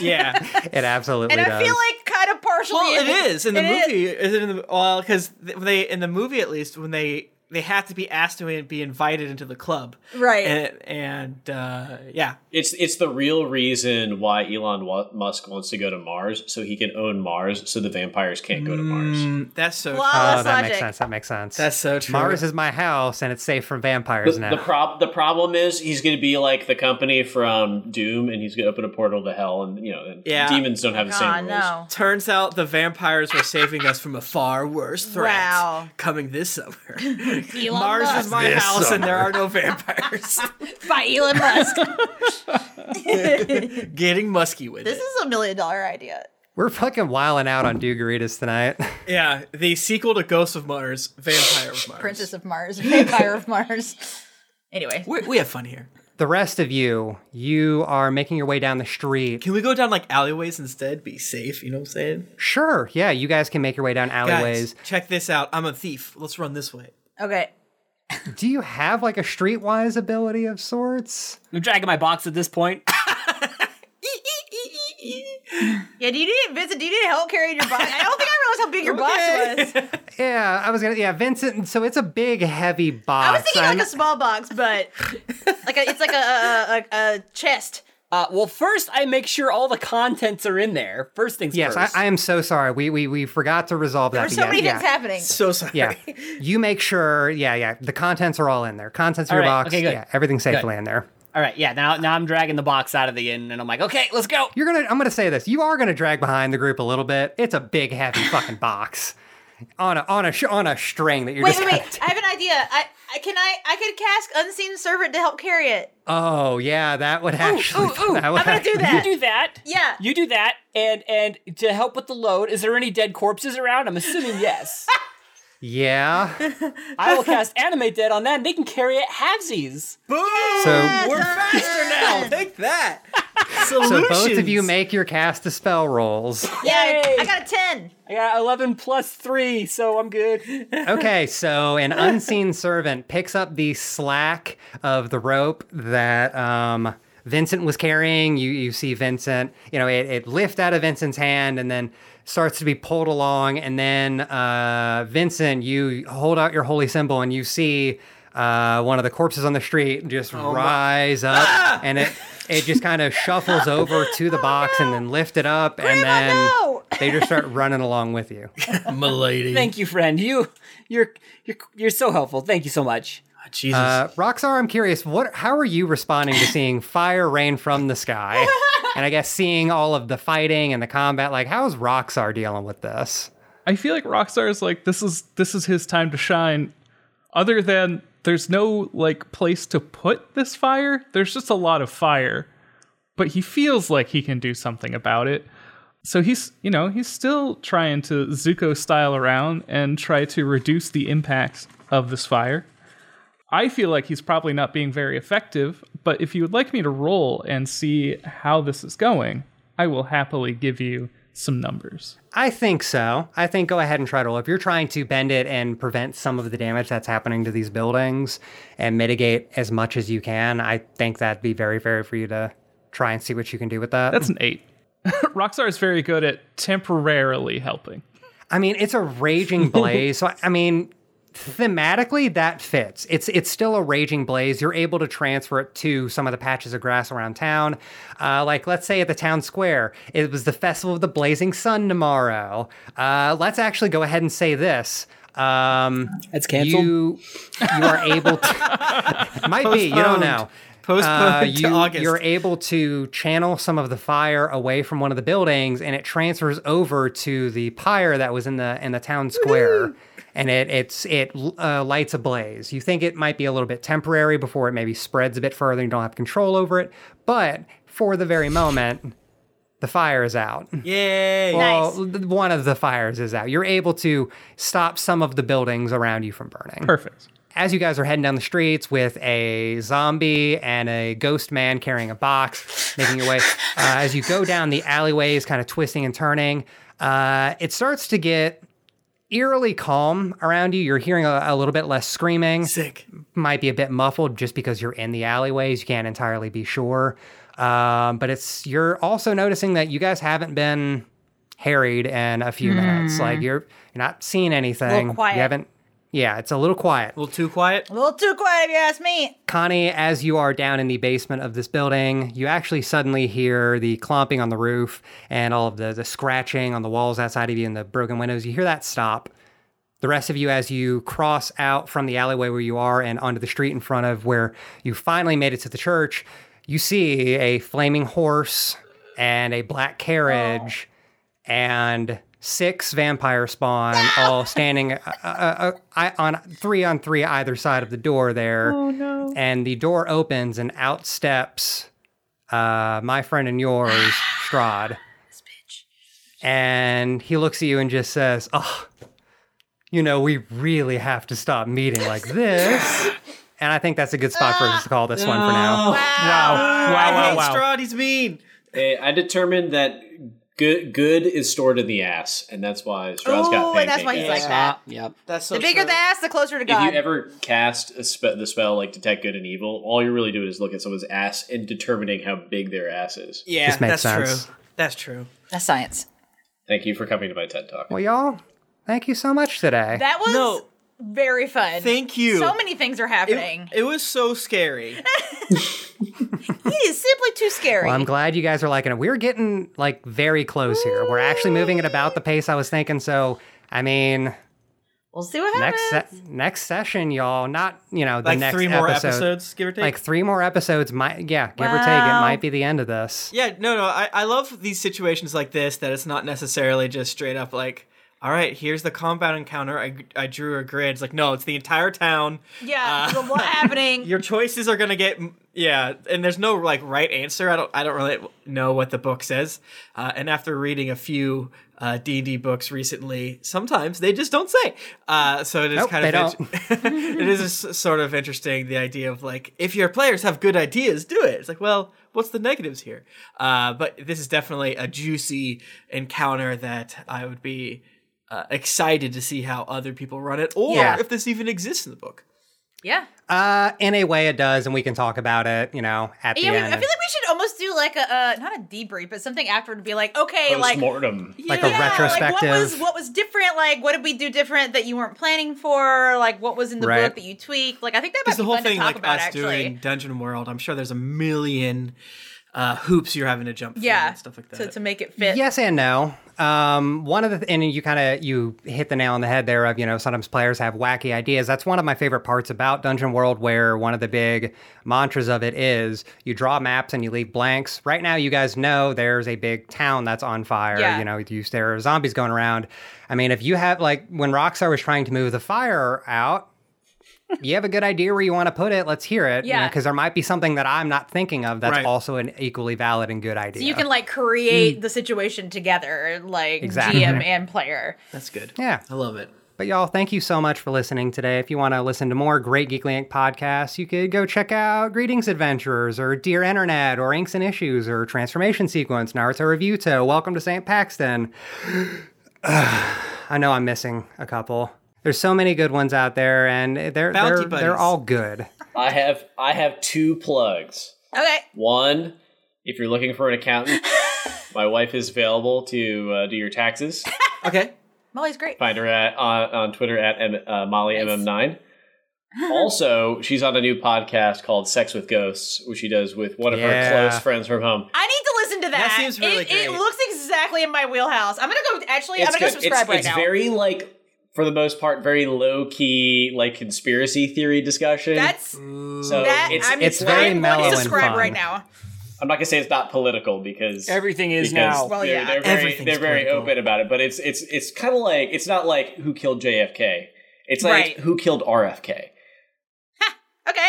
Speaker 6: [laughs] yeah.
Speaker 1: it absolutely
Speaker 4: [laughs] and I
Speaker 1: does.
Speaker 4: feel like kind of partially.
Speaker 6: Well, it is in the
Speaker 4: it is.
Speaker 6: movie. Is it in the well? Because they in the movie at least when they they have to be asked to be invited into the club,
Speaker 4: Right.
Speaker 6: And, and uh, yeah,
Speaker 2: It's it's the real reason why Elon Wa- Musk wants to go to Mars so he can own Mars so the vampires can't go to Mars.
Speaker 6: Mm, that's so.
Speaker 4: Wow.
Speaker 6: true.
Speaker 1: Oh,
Speaker 4: that's
Speaker 1: that makes
Speaker 4: logic.
Speaker 1: sense. That makes sense.
Speaker 6: That's so true.
Speaker 1: Mars is my house and it's safe from vampires
Speaker 2: The,
Speaker 1: now.
Speaker 2: the prob the problem is he's going to be like the company from Doom and he's going to open a portal to hell and you know and
Speaker 6: Yeah.
Speaker 2: demons don't have the
Speaker 4: God,
Speaker 2: same rules.
Speaker 4: no.
Speaker 6: Turns out the vampires were saving us from a far worse threat
Speaker 4: Wow.
Speaker 6: coming this summer.
Speaker 4: [laughs] Elon
Speaker 6: Mars
Speaker 4: Musk.
Speaker 6: [laughs] is my
Speaker 1: This
Speaker 6: house and there
Speaker 1: summer.
Speaker 6: are no vampires. [laughs]
Speaker 4: by Elon Musk.
Speaker 6: Getting musky with
Speaker 4: this
Speaker 6: it.
Speaker 4: is a million dollar idea.
Speaker 1: We're fucking wilding out on Dugaritas tonight. [laughs]
Speaker 6: yeah, the sequel to Ghost of Mars, Vampire of Mars.
Speaker 4: Princess of
Speaker 6: [laughs]
Speaker 4: Mars, Vampire of Mars. Anyway,
Speaker 6: we we have fun here.
Speaker 1: the rest of you, you are making your way down the street.
Speaker 6: Can we go down like alleyways instead? Be safe, you know what I'm saying?
Speaker 1: Sure, yeah, you guys can make your way down alleyways.
Speaker 6: Guys, check this out. I'm a thief. Let's run this way.
Speaker 4: okay.
Speaker 1: Do you have like a streetwise ability of sorts?
Speaker 7: I'm dragging my box at this point.
Speaker 4: Yeah, do you need Vincent? Do you need help carrying your box? I don't think I realized how big your box
Speaker 6: [laughs]
Speaker 4: was.
Speaker 1: Yeah, I was gonna. Yeah, Vincent. So it's a big, heavy box.
Speaker 4: I was thinking
Speaker 1: I'm-
Speaker 4: like a small box, but like a, it's like a a, a a chest.
Speaker 7: Uh, well, first I make sure all the contents are in there. First things
Speaker 1: yes, I,
Speaker 7: first.
Speaker 1: I am so sorry. We we we forgot to resolve that.
Speaker 4: There's
Speaker 1: but
Speaker 4: so
Speaker 1: yeah,
Speaker 4: many
Speaker 1: yeah,
Speaker 4: things happening.
Speaker 6: So sorry. [laughs]
Speaker 1: Yeah, you make sure. Yeah, yeah. The contents are all in there. Contents of
Speaker 7: All
Speaker 1: your
Speaker 7: right,
Speaker 1: box.
Speaker 7: okay, good.
Speaker 1: Yeah, everything's safely in there.
Speaker 7: all right, yeah. Now, now I'm dragging the box out of the inn, and I'm like, okay, let's go.
Speaker 1: You're gonna. I'm gonna say this. You are gonna drag behind the group a little bit. It's a big,
Speaker 4: [laughs]
Speaker 1: heavy fucking box on a on a sh- on a string that you're
Speaker 4: Wait,
Speaker 1: just.
Speaker 4: wait,
Speaker 1: gonna
Speaker 4: wait! I have an idea. I, I can I I could cast unseen servant to help carry it.
Speaker 1: Oh yeah, that would actually.
Speaker 7: ooh, ooh,
Speaker 1: that would
Speaker 4: Oh, I'm gonna do
Speaker 1: actually-
Speaker 4: that.
Speaker 7: [laughs] You do that.
Speaker 4: Yeah.
Speaker 7: You do that, and and to help with the load, is there any dead corpses around? I'm
Speaker 4: [laughs]
Speaker 7: assuming yes.
Speaker 1: [laughs] Yeah.
Speaker 7: I will cast animate dead on them. They can carry it halvesies.
Speaker 4: [laughs]
Speaker 1: So
Speaker 6: We're faster now. Take that.
Speaker 1: [laughs] so
Speaker 6: Solutions.
Speaker 1: both of you make your cast to spell rolls.
Speaker 4: yeah.
Speaker 7: Yay.
Speaker 4: I got a ten.
Speaker 7: I got 11 plus three, so I'm good. [laughs]
Speaker 1: Okay, so an unseen servant picks up the slack of the rope that um, Vincent was carrying. You you see Vincent, you know, it, it lifts out of Vincent's hand and then starts to be pulled along. And then uh, Vincent, you hold out your holy symbol and you see uh, one of the corpses on the street just rise up, and it it just kind of shuffles over to the box and then lift it up, and then
Speaker 4: no!
Speaker 1: they just start running along with you.
Speaker 6: Milady.
Speaker 7: Thank you, friend. You, you're, you're, you're so helpful. Thank you so much.
Speaker 6: Jesus.
Speaker 1: Uh, Roxar, I'm curious, what? How are you responding to [laughs] seeing fire rain from the [laughs] sky, and I guess seeing all of the fighting and the combat? Like, how's Roxar dealing with this?
Speaker 5: I feel like Rockstar is like this is this is his time to shine. Other than there's no like place to put this fire. There's just a lot of fire. But he feels like he can do something about it. So he's you know, he's still trying to Zuko style around and try to reduce the impacts of this fire. I feel like he's probably not being very effective, but if you would like me to roll and see how this is going, I will happily give you some numbers.
Speaker 1: I think so. I think go ahead and try to. If you're trying to bend it and prevent some of the damage that's happening to these buildings and mitigate as much as you can, I think that'd be very fair for you to try and see what you can do with that.
Speaker 5: That's an eight. [laughs] Rockstar is very good at temporarily helping.
Speaker 1: I mean, it's a raging blaze. so I- I mean, thematically that fits. It's it's still a raging blaze. You're able to transfer it to some of the patches of grass around town. Uh, like let's say at the town square, it was the festival of the blazing sun tomorrow. Uh, let's actually go ahead and say this. Um,
Speaker 7: That's canceled?
Speaker 1: You you are able to might be you don't know.
Speaker 6: [laughs] Postponed to
Speaker 1: uh, you,
Speaker 6: August.
Speaker 1: You're able to channel some of the fire away from one of the buildings, and it transfers over to the pyre that was in the in the town square, and it it's it uh, lights a blaze. You think it might be a little bit temporary before it maybe spreads a bit further. and You don't have control over it, but for the very moment, the fire is out.
Speaker 6: Yay!
Speaker 1: Well, th- one of the fires is out. You're able to stop some of the buildings around you from burning
Speaker 5: Perfect.
Speaker 1: as you guys are heading down the streets with a zombie and a ghost man carrying a box, making your way, uh, as you go down the alleyways, kind of twisting and turning, uh, it starts to get eerily calm around you. You're hearing a, a little bit less screaming.
Speaker 6: Sick.
Speaker 1: Might be a bit muffled just because you're in the alleyways. You can't entirely be sure. Um, but it's you're also noticing that you guys haven't been harried in a few minutes. Like you're you're not seeing anything.
Speaker 4: quiet.
Speaker 1: You haven't. Yeah, it's a little quiet.
Speaker 6: A little too quiet.
Speaker 4: A little too quiet if you ask me.
Speaker 1: Connie, as you are down in the basement of this building, you actually suddenly hear the clomping on the roof and all of the, the scratching on the walls outside of you and the broken windows. You hear that stop. The rest of you, as you cross out from the alleyway where you are and onto the street in front of where you finally made it to the church, you see a flaming horse and a black carriage Oh. and six vampire spawn all standing uh, uh, uh, I- on three on three either side of the door there. Oh no! And the door opens and out steps uh, my friend and [sighs] yours, Strahd. And he looks at you and just says, "Oh, you know, we really have to stop meeting [laughs] like this." And I think that's a good spot for us to call this one for now.
Speaker 5: Wow. Wow.
Speaker 6: I
Speaker 5: Wow.
Speaker 6: hate
Speaker 5: Wow.
Speaker 6: Strahd. He's mean.
Speaker 2: Hey, Eh, I determined that good good is stored in the ass, and that's why Strahd's got
Speaker 4: Ooh,
Speaker 2: pancake
Speaker 4: and that's why he's
Speaker 2: ass.
Speaker 4: like that.
Speaker 7: Uh, yep.
Speaker 6: That's so.
Speaker 4: The bigger
Speaker 6: true.
Speaker 4: the ass, the closer to
Speaker 2: If
Speaker 4: God.
Speaker 2: you ever cast a spe- the spell like detect good and evil, all you're really doing is looking at someone's ass and determining how big their ass is.
Speaker 6: Yeah,
Speaker 1: This makes
Speaker 6: that's
Speaker 1: sense.
Speaker 6: true. That's true.
Speaker 4: That's science.
Speaker 2: Thank you for coming to my TED talk.
Speaker 1: Well, y'all, thank you so much today.
Speaker 4: That was
Speaker 6: No.
Speaker 4: very fun.
Speaker 6: Thank you.
Speaker 4: So many things are happening.
Speaker 6: [laughs] It, it was so
Speaker 4: [laughs]
Speaker 6: scary.
Speaker 4: It is simply too scary.
Speaker 1: Well, I'm glad you guys are liking it. We're getting like very close here. We're actually moving at about the pace I was thinking. So, I mean,
Speaker 4: we'll see what happens.
Speaker 1: next se- next session, y'all. Not you know the
Speaker 6: Like
Speaker 1: next
Speaker 6: three more
Speaker 1: episode.
Speaker 6: episodes, give or take.
Speaker 1: Like three more episodes. Might yeah, give or take, it
Speaker 4: Wow.
Speaker 1: might be the end of this.
Speaker 6: yeah, no, no. I, I love these situations like this that it's not necessarily just straight up like, all right, here's the compound encounter. I, I drew a grid. It's like, no, it's the entire town.
Speaker 4: yeah,
Speaker 6: Uh,
Speaker 4: so what's happening?
Speaker 6: your choices are gonna get yeah and there's no like right answer i don't i don't really know what the book says uh, and after reading a few uh, d&d books recently sometimes they just don't say uh, so it is
Speaker 1: Nope,
Speaker 6: kind
Speaker 1: they
Speaker 6: of [laughs] it is s- sort of interesting the idea of like if your players have good ideas do it it's like well what's the negatives here uh, but this is definitely a juicy encounter that i would be uh, excited to see how other people run it or
Speaker 1: Yeah.
Speaker 6: if this even exists in the book
Speaker 4: yeah.
Speaker 1: Uh, in a way, it does, and we can talk about it. You know, at the
Speaker 4: Yeah, we, I
Speaker 1: end,
Speaker 4: feel like we should almost do like a uh, not a debrief, but something afterward to be like,
Speaker 2: Oh,
Speaker 4: okay, like
Speaker 2: Postmortem.
Speaker 1: like a retrospective.
Speaker 4: Like what was what was different? Like what did we do different that you weren't planning for? Like what was in the
Speaker 1: Right.
Speaker 4: book that you tweaked? Like I think that might
Speaker 6: It's
Speaker 4: be
Speaker 6: the whole
Speaker 4: fun
Speaker 6: thing
Speaker 4: to talk
Speaker 6: like
Speaker 4: about
Speaker 6: us
Speaker 4: actually.
Speaker 6: doing Dungeon World. I'm sure there's a million uh, hoops you're having to jump through
Speaker 4: yeah,
Speaker 6: and stuff like that.
Speaker 4: to to make it fit.
Speaker 1: Yes and no. Um, one of the th- and you kind of you hit the nail on the head there of you know sometimes players have wacky ideas. That's one of my favorite parts about Dungeon World, where one of the big mantras of it is you draw maps and you leave blanks. Right now, you guys know there's a big town that's on fire.
Speaker 4: Yeah.
Speaker 1: You know, you there are zombies going around. I mean, if you have like when Rockstar was trying to move the fire out. You have a good idea where you want to put it. Let's hear it.
Speaker 4: Yeah.
Speaker 1: Because there might be something that I'm not thinking of that's
Speaker 6: Right.
Speaker 1: also an equally valid and good idea.
Speaker 4: So you can like create the situation together, like
Speaker 1: Mm. Exactly.
Speaker 4: GM and player.
Speaker 6: That's good.
Speaker 1: yeah.
Speaker 6: I love it.
Speaker 1: But y'all, thank you so much for listening today. If you want to listen to more great Geekly Inc. podcasts, you could go check out Greetings Adventurers or Dear Internet or Inks and Issues or Transformation Sequence, Naruto Revuto, Welcome to St. Paxton. [sighs] I know I'm missing a couple. There's so many good ones out there, and they're
Speaker 6: Bounty
Speaker 1: they're, they're
Speaker 6: Buddies.
Speaker 1: all good.
Speaker 2: I have I have two plugs.
Speaker 4: Okay.
Speaker 2: One, if you're
Speaker 4: [laughs]
Speaker 2: looking for an accountant, my wife is available to uh, do your taxes.
Speaker 6: Okay. [laughs]
Speaker 4: Molly's great.
Speaker 2: Find her at on, on Twitter at M, uh, Molly MM9. also, she's on a new podcast called Sex with Ghosts, which she does with one of
Speaker 1: Yeah.
Speaker 2: her close friends from home.
Speaker 4: I need to listen to that.
Speaker 6: That seems really
Speaker 4: it, it
Speaker 6: great.
Speaker 4: looks exactly in my wheelhouse. I'm gonna go. Actually, Oh, I'm gonna go
Speaker 2: good.
Speaker 4: subscribe
Speaker 2: it's,
Speaker 4: right
Speaker 2: it's
Speaker 4: now.
Speaker 2: very like for the most part very low key like conspiracy theory discussion.
Speaker 4: That's
Speaker 2: so
Speaker 4: that.
Speaker 2: it's,
Speaker 4: I'm,
Speaker 2: it's
Speaker 1: it's very
Speaker 4: I'm
Speaker 1: mellow
Speaker 4: going
Speaker 1: and
Speaker 4: to subscribe
Speaker 1: fun.
Speaker 4: right now.
Speaker 2: I'm not gonna say it's not political because
Speaker 7: Everything is
Speaker 2: because
Speaker 7: now.
Speaker 4: Well,
Speaker 2: they're,
Speaker 4: yeah.
Speaker 2: they're very
Speaker 6: Everything's
Speaker 2: they're very
Speaker 6: political.
Speaker 2: open about it, but it's it's it's kind of like it's not like who killed JFK. It's like
Speaker 4: Right.
Speaker 2: who killed RFK.
Speaker 4: Okay.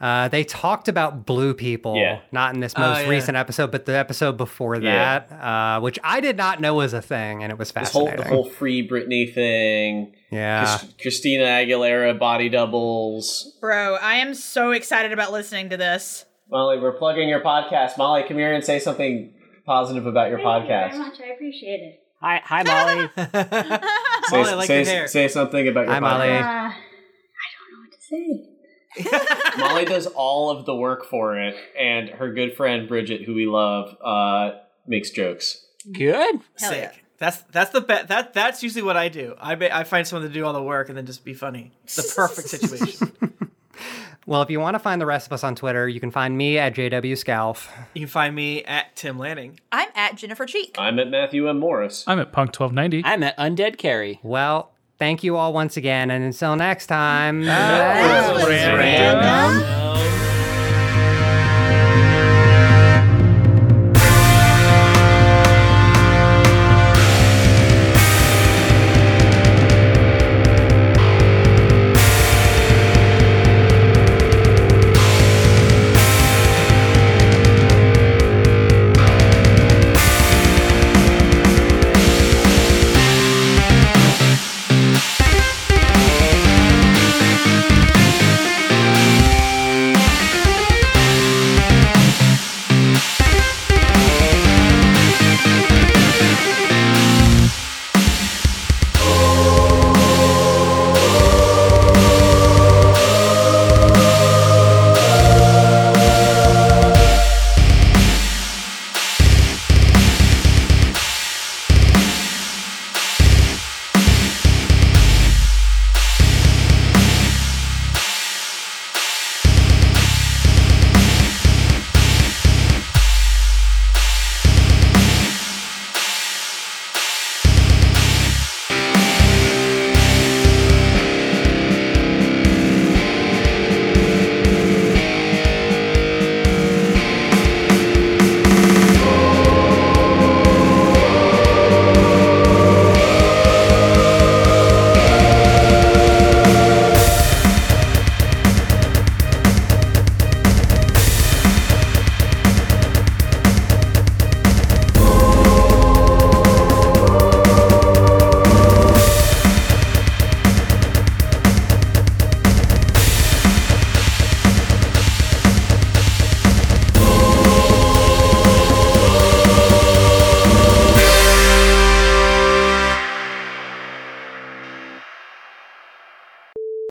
Speaker 1: Uh, they talked about blue people,
Speaker 2: Yeah.
Speaker 1: not in this
Speaker 6: Oh,
Speaker 1: most
Speaker 6: yeah.
Speaker 1: recent episode, but the episode before
Speaker 2: Yeah.
Speaker 1: that, uh, which I did not know was a thing, and it was
Speaker 2: This whole
Speaker 1: fascinating. Ah.
Speaker 2: the whole free Britney thing.
Speaker 1: yeah,
Speaker 2: Chris- Christina Aguilera body doubles.
Speaker 4: Bro, I am so excited about listening to this.
Speaker 2: Molly, we're plugging your podcast. Molly, come here and say something positive about your
Speaker 8: Thank
Speaker 2: podcast.
Speaker 8: you very much. I appreciate it.
Speaker 7: Hi, hi, Molly.
Speaker 4: [laughs]
Speaker 2: Say,
Speaker 6: Molly, I like
Speaker 2: say,
Speaker 6: your hair.
Speaker 2: say something about your
Speaker 1: Hi,
Speaker 2: podcast.
Speaker 1: Molly.
Speaker 8: Uh, I don't know what to say.
Speaker 2: Molly does all of the work for it, and her good friend Bridget, who we love, uh, makes jokes.
Speaker 7: Good.
Speaker 4: Hell yeah.
Speaker 6: Sick. That's that's the be- that that's usually what I do. I ba- I find someone to do all the work and then just be funny. It's
Speaker 4: [laughs]
Speaker 6: the perfect situation.
Speaker 1: Well, if you want to find the rest of us on Twitter, you can find me at jwscalf.
Speaker 6: you can find me at Tim Lanning.
Speaker 4: I'm at Jennifer Cheek.
Speaker 2: I'm at Matthew M. Morris.
Speaker 5: I'm at Punk 1290.
Speaker 7: I'm at Undead Carry.
Speaker 1: Well, thank you all once again, and until next time.
Speaker 4: That was
Speaker 5: Random.
Speaker 4: random.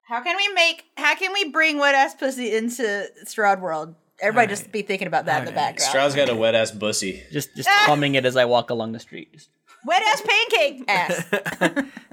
Speaker 4: How can we make? How can we bring wet ass pussy into Stroud world? Everybody just be thinking about that in the background.
Speaker 2: Stroud's got a wet ass bussy.
Speaker 7: Just just humming it as I walk along the street. Just-
Speaker 4: Wet ass pancake ass.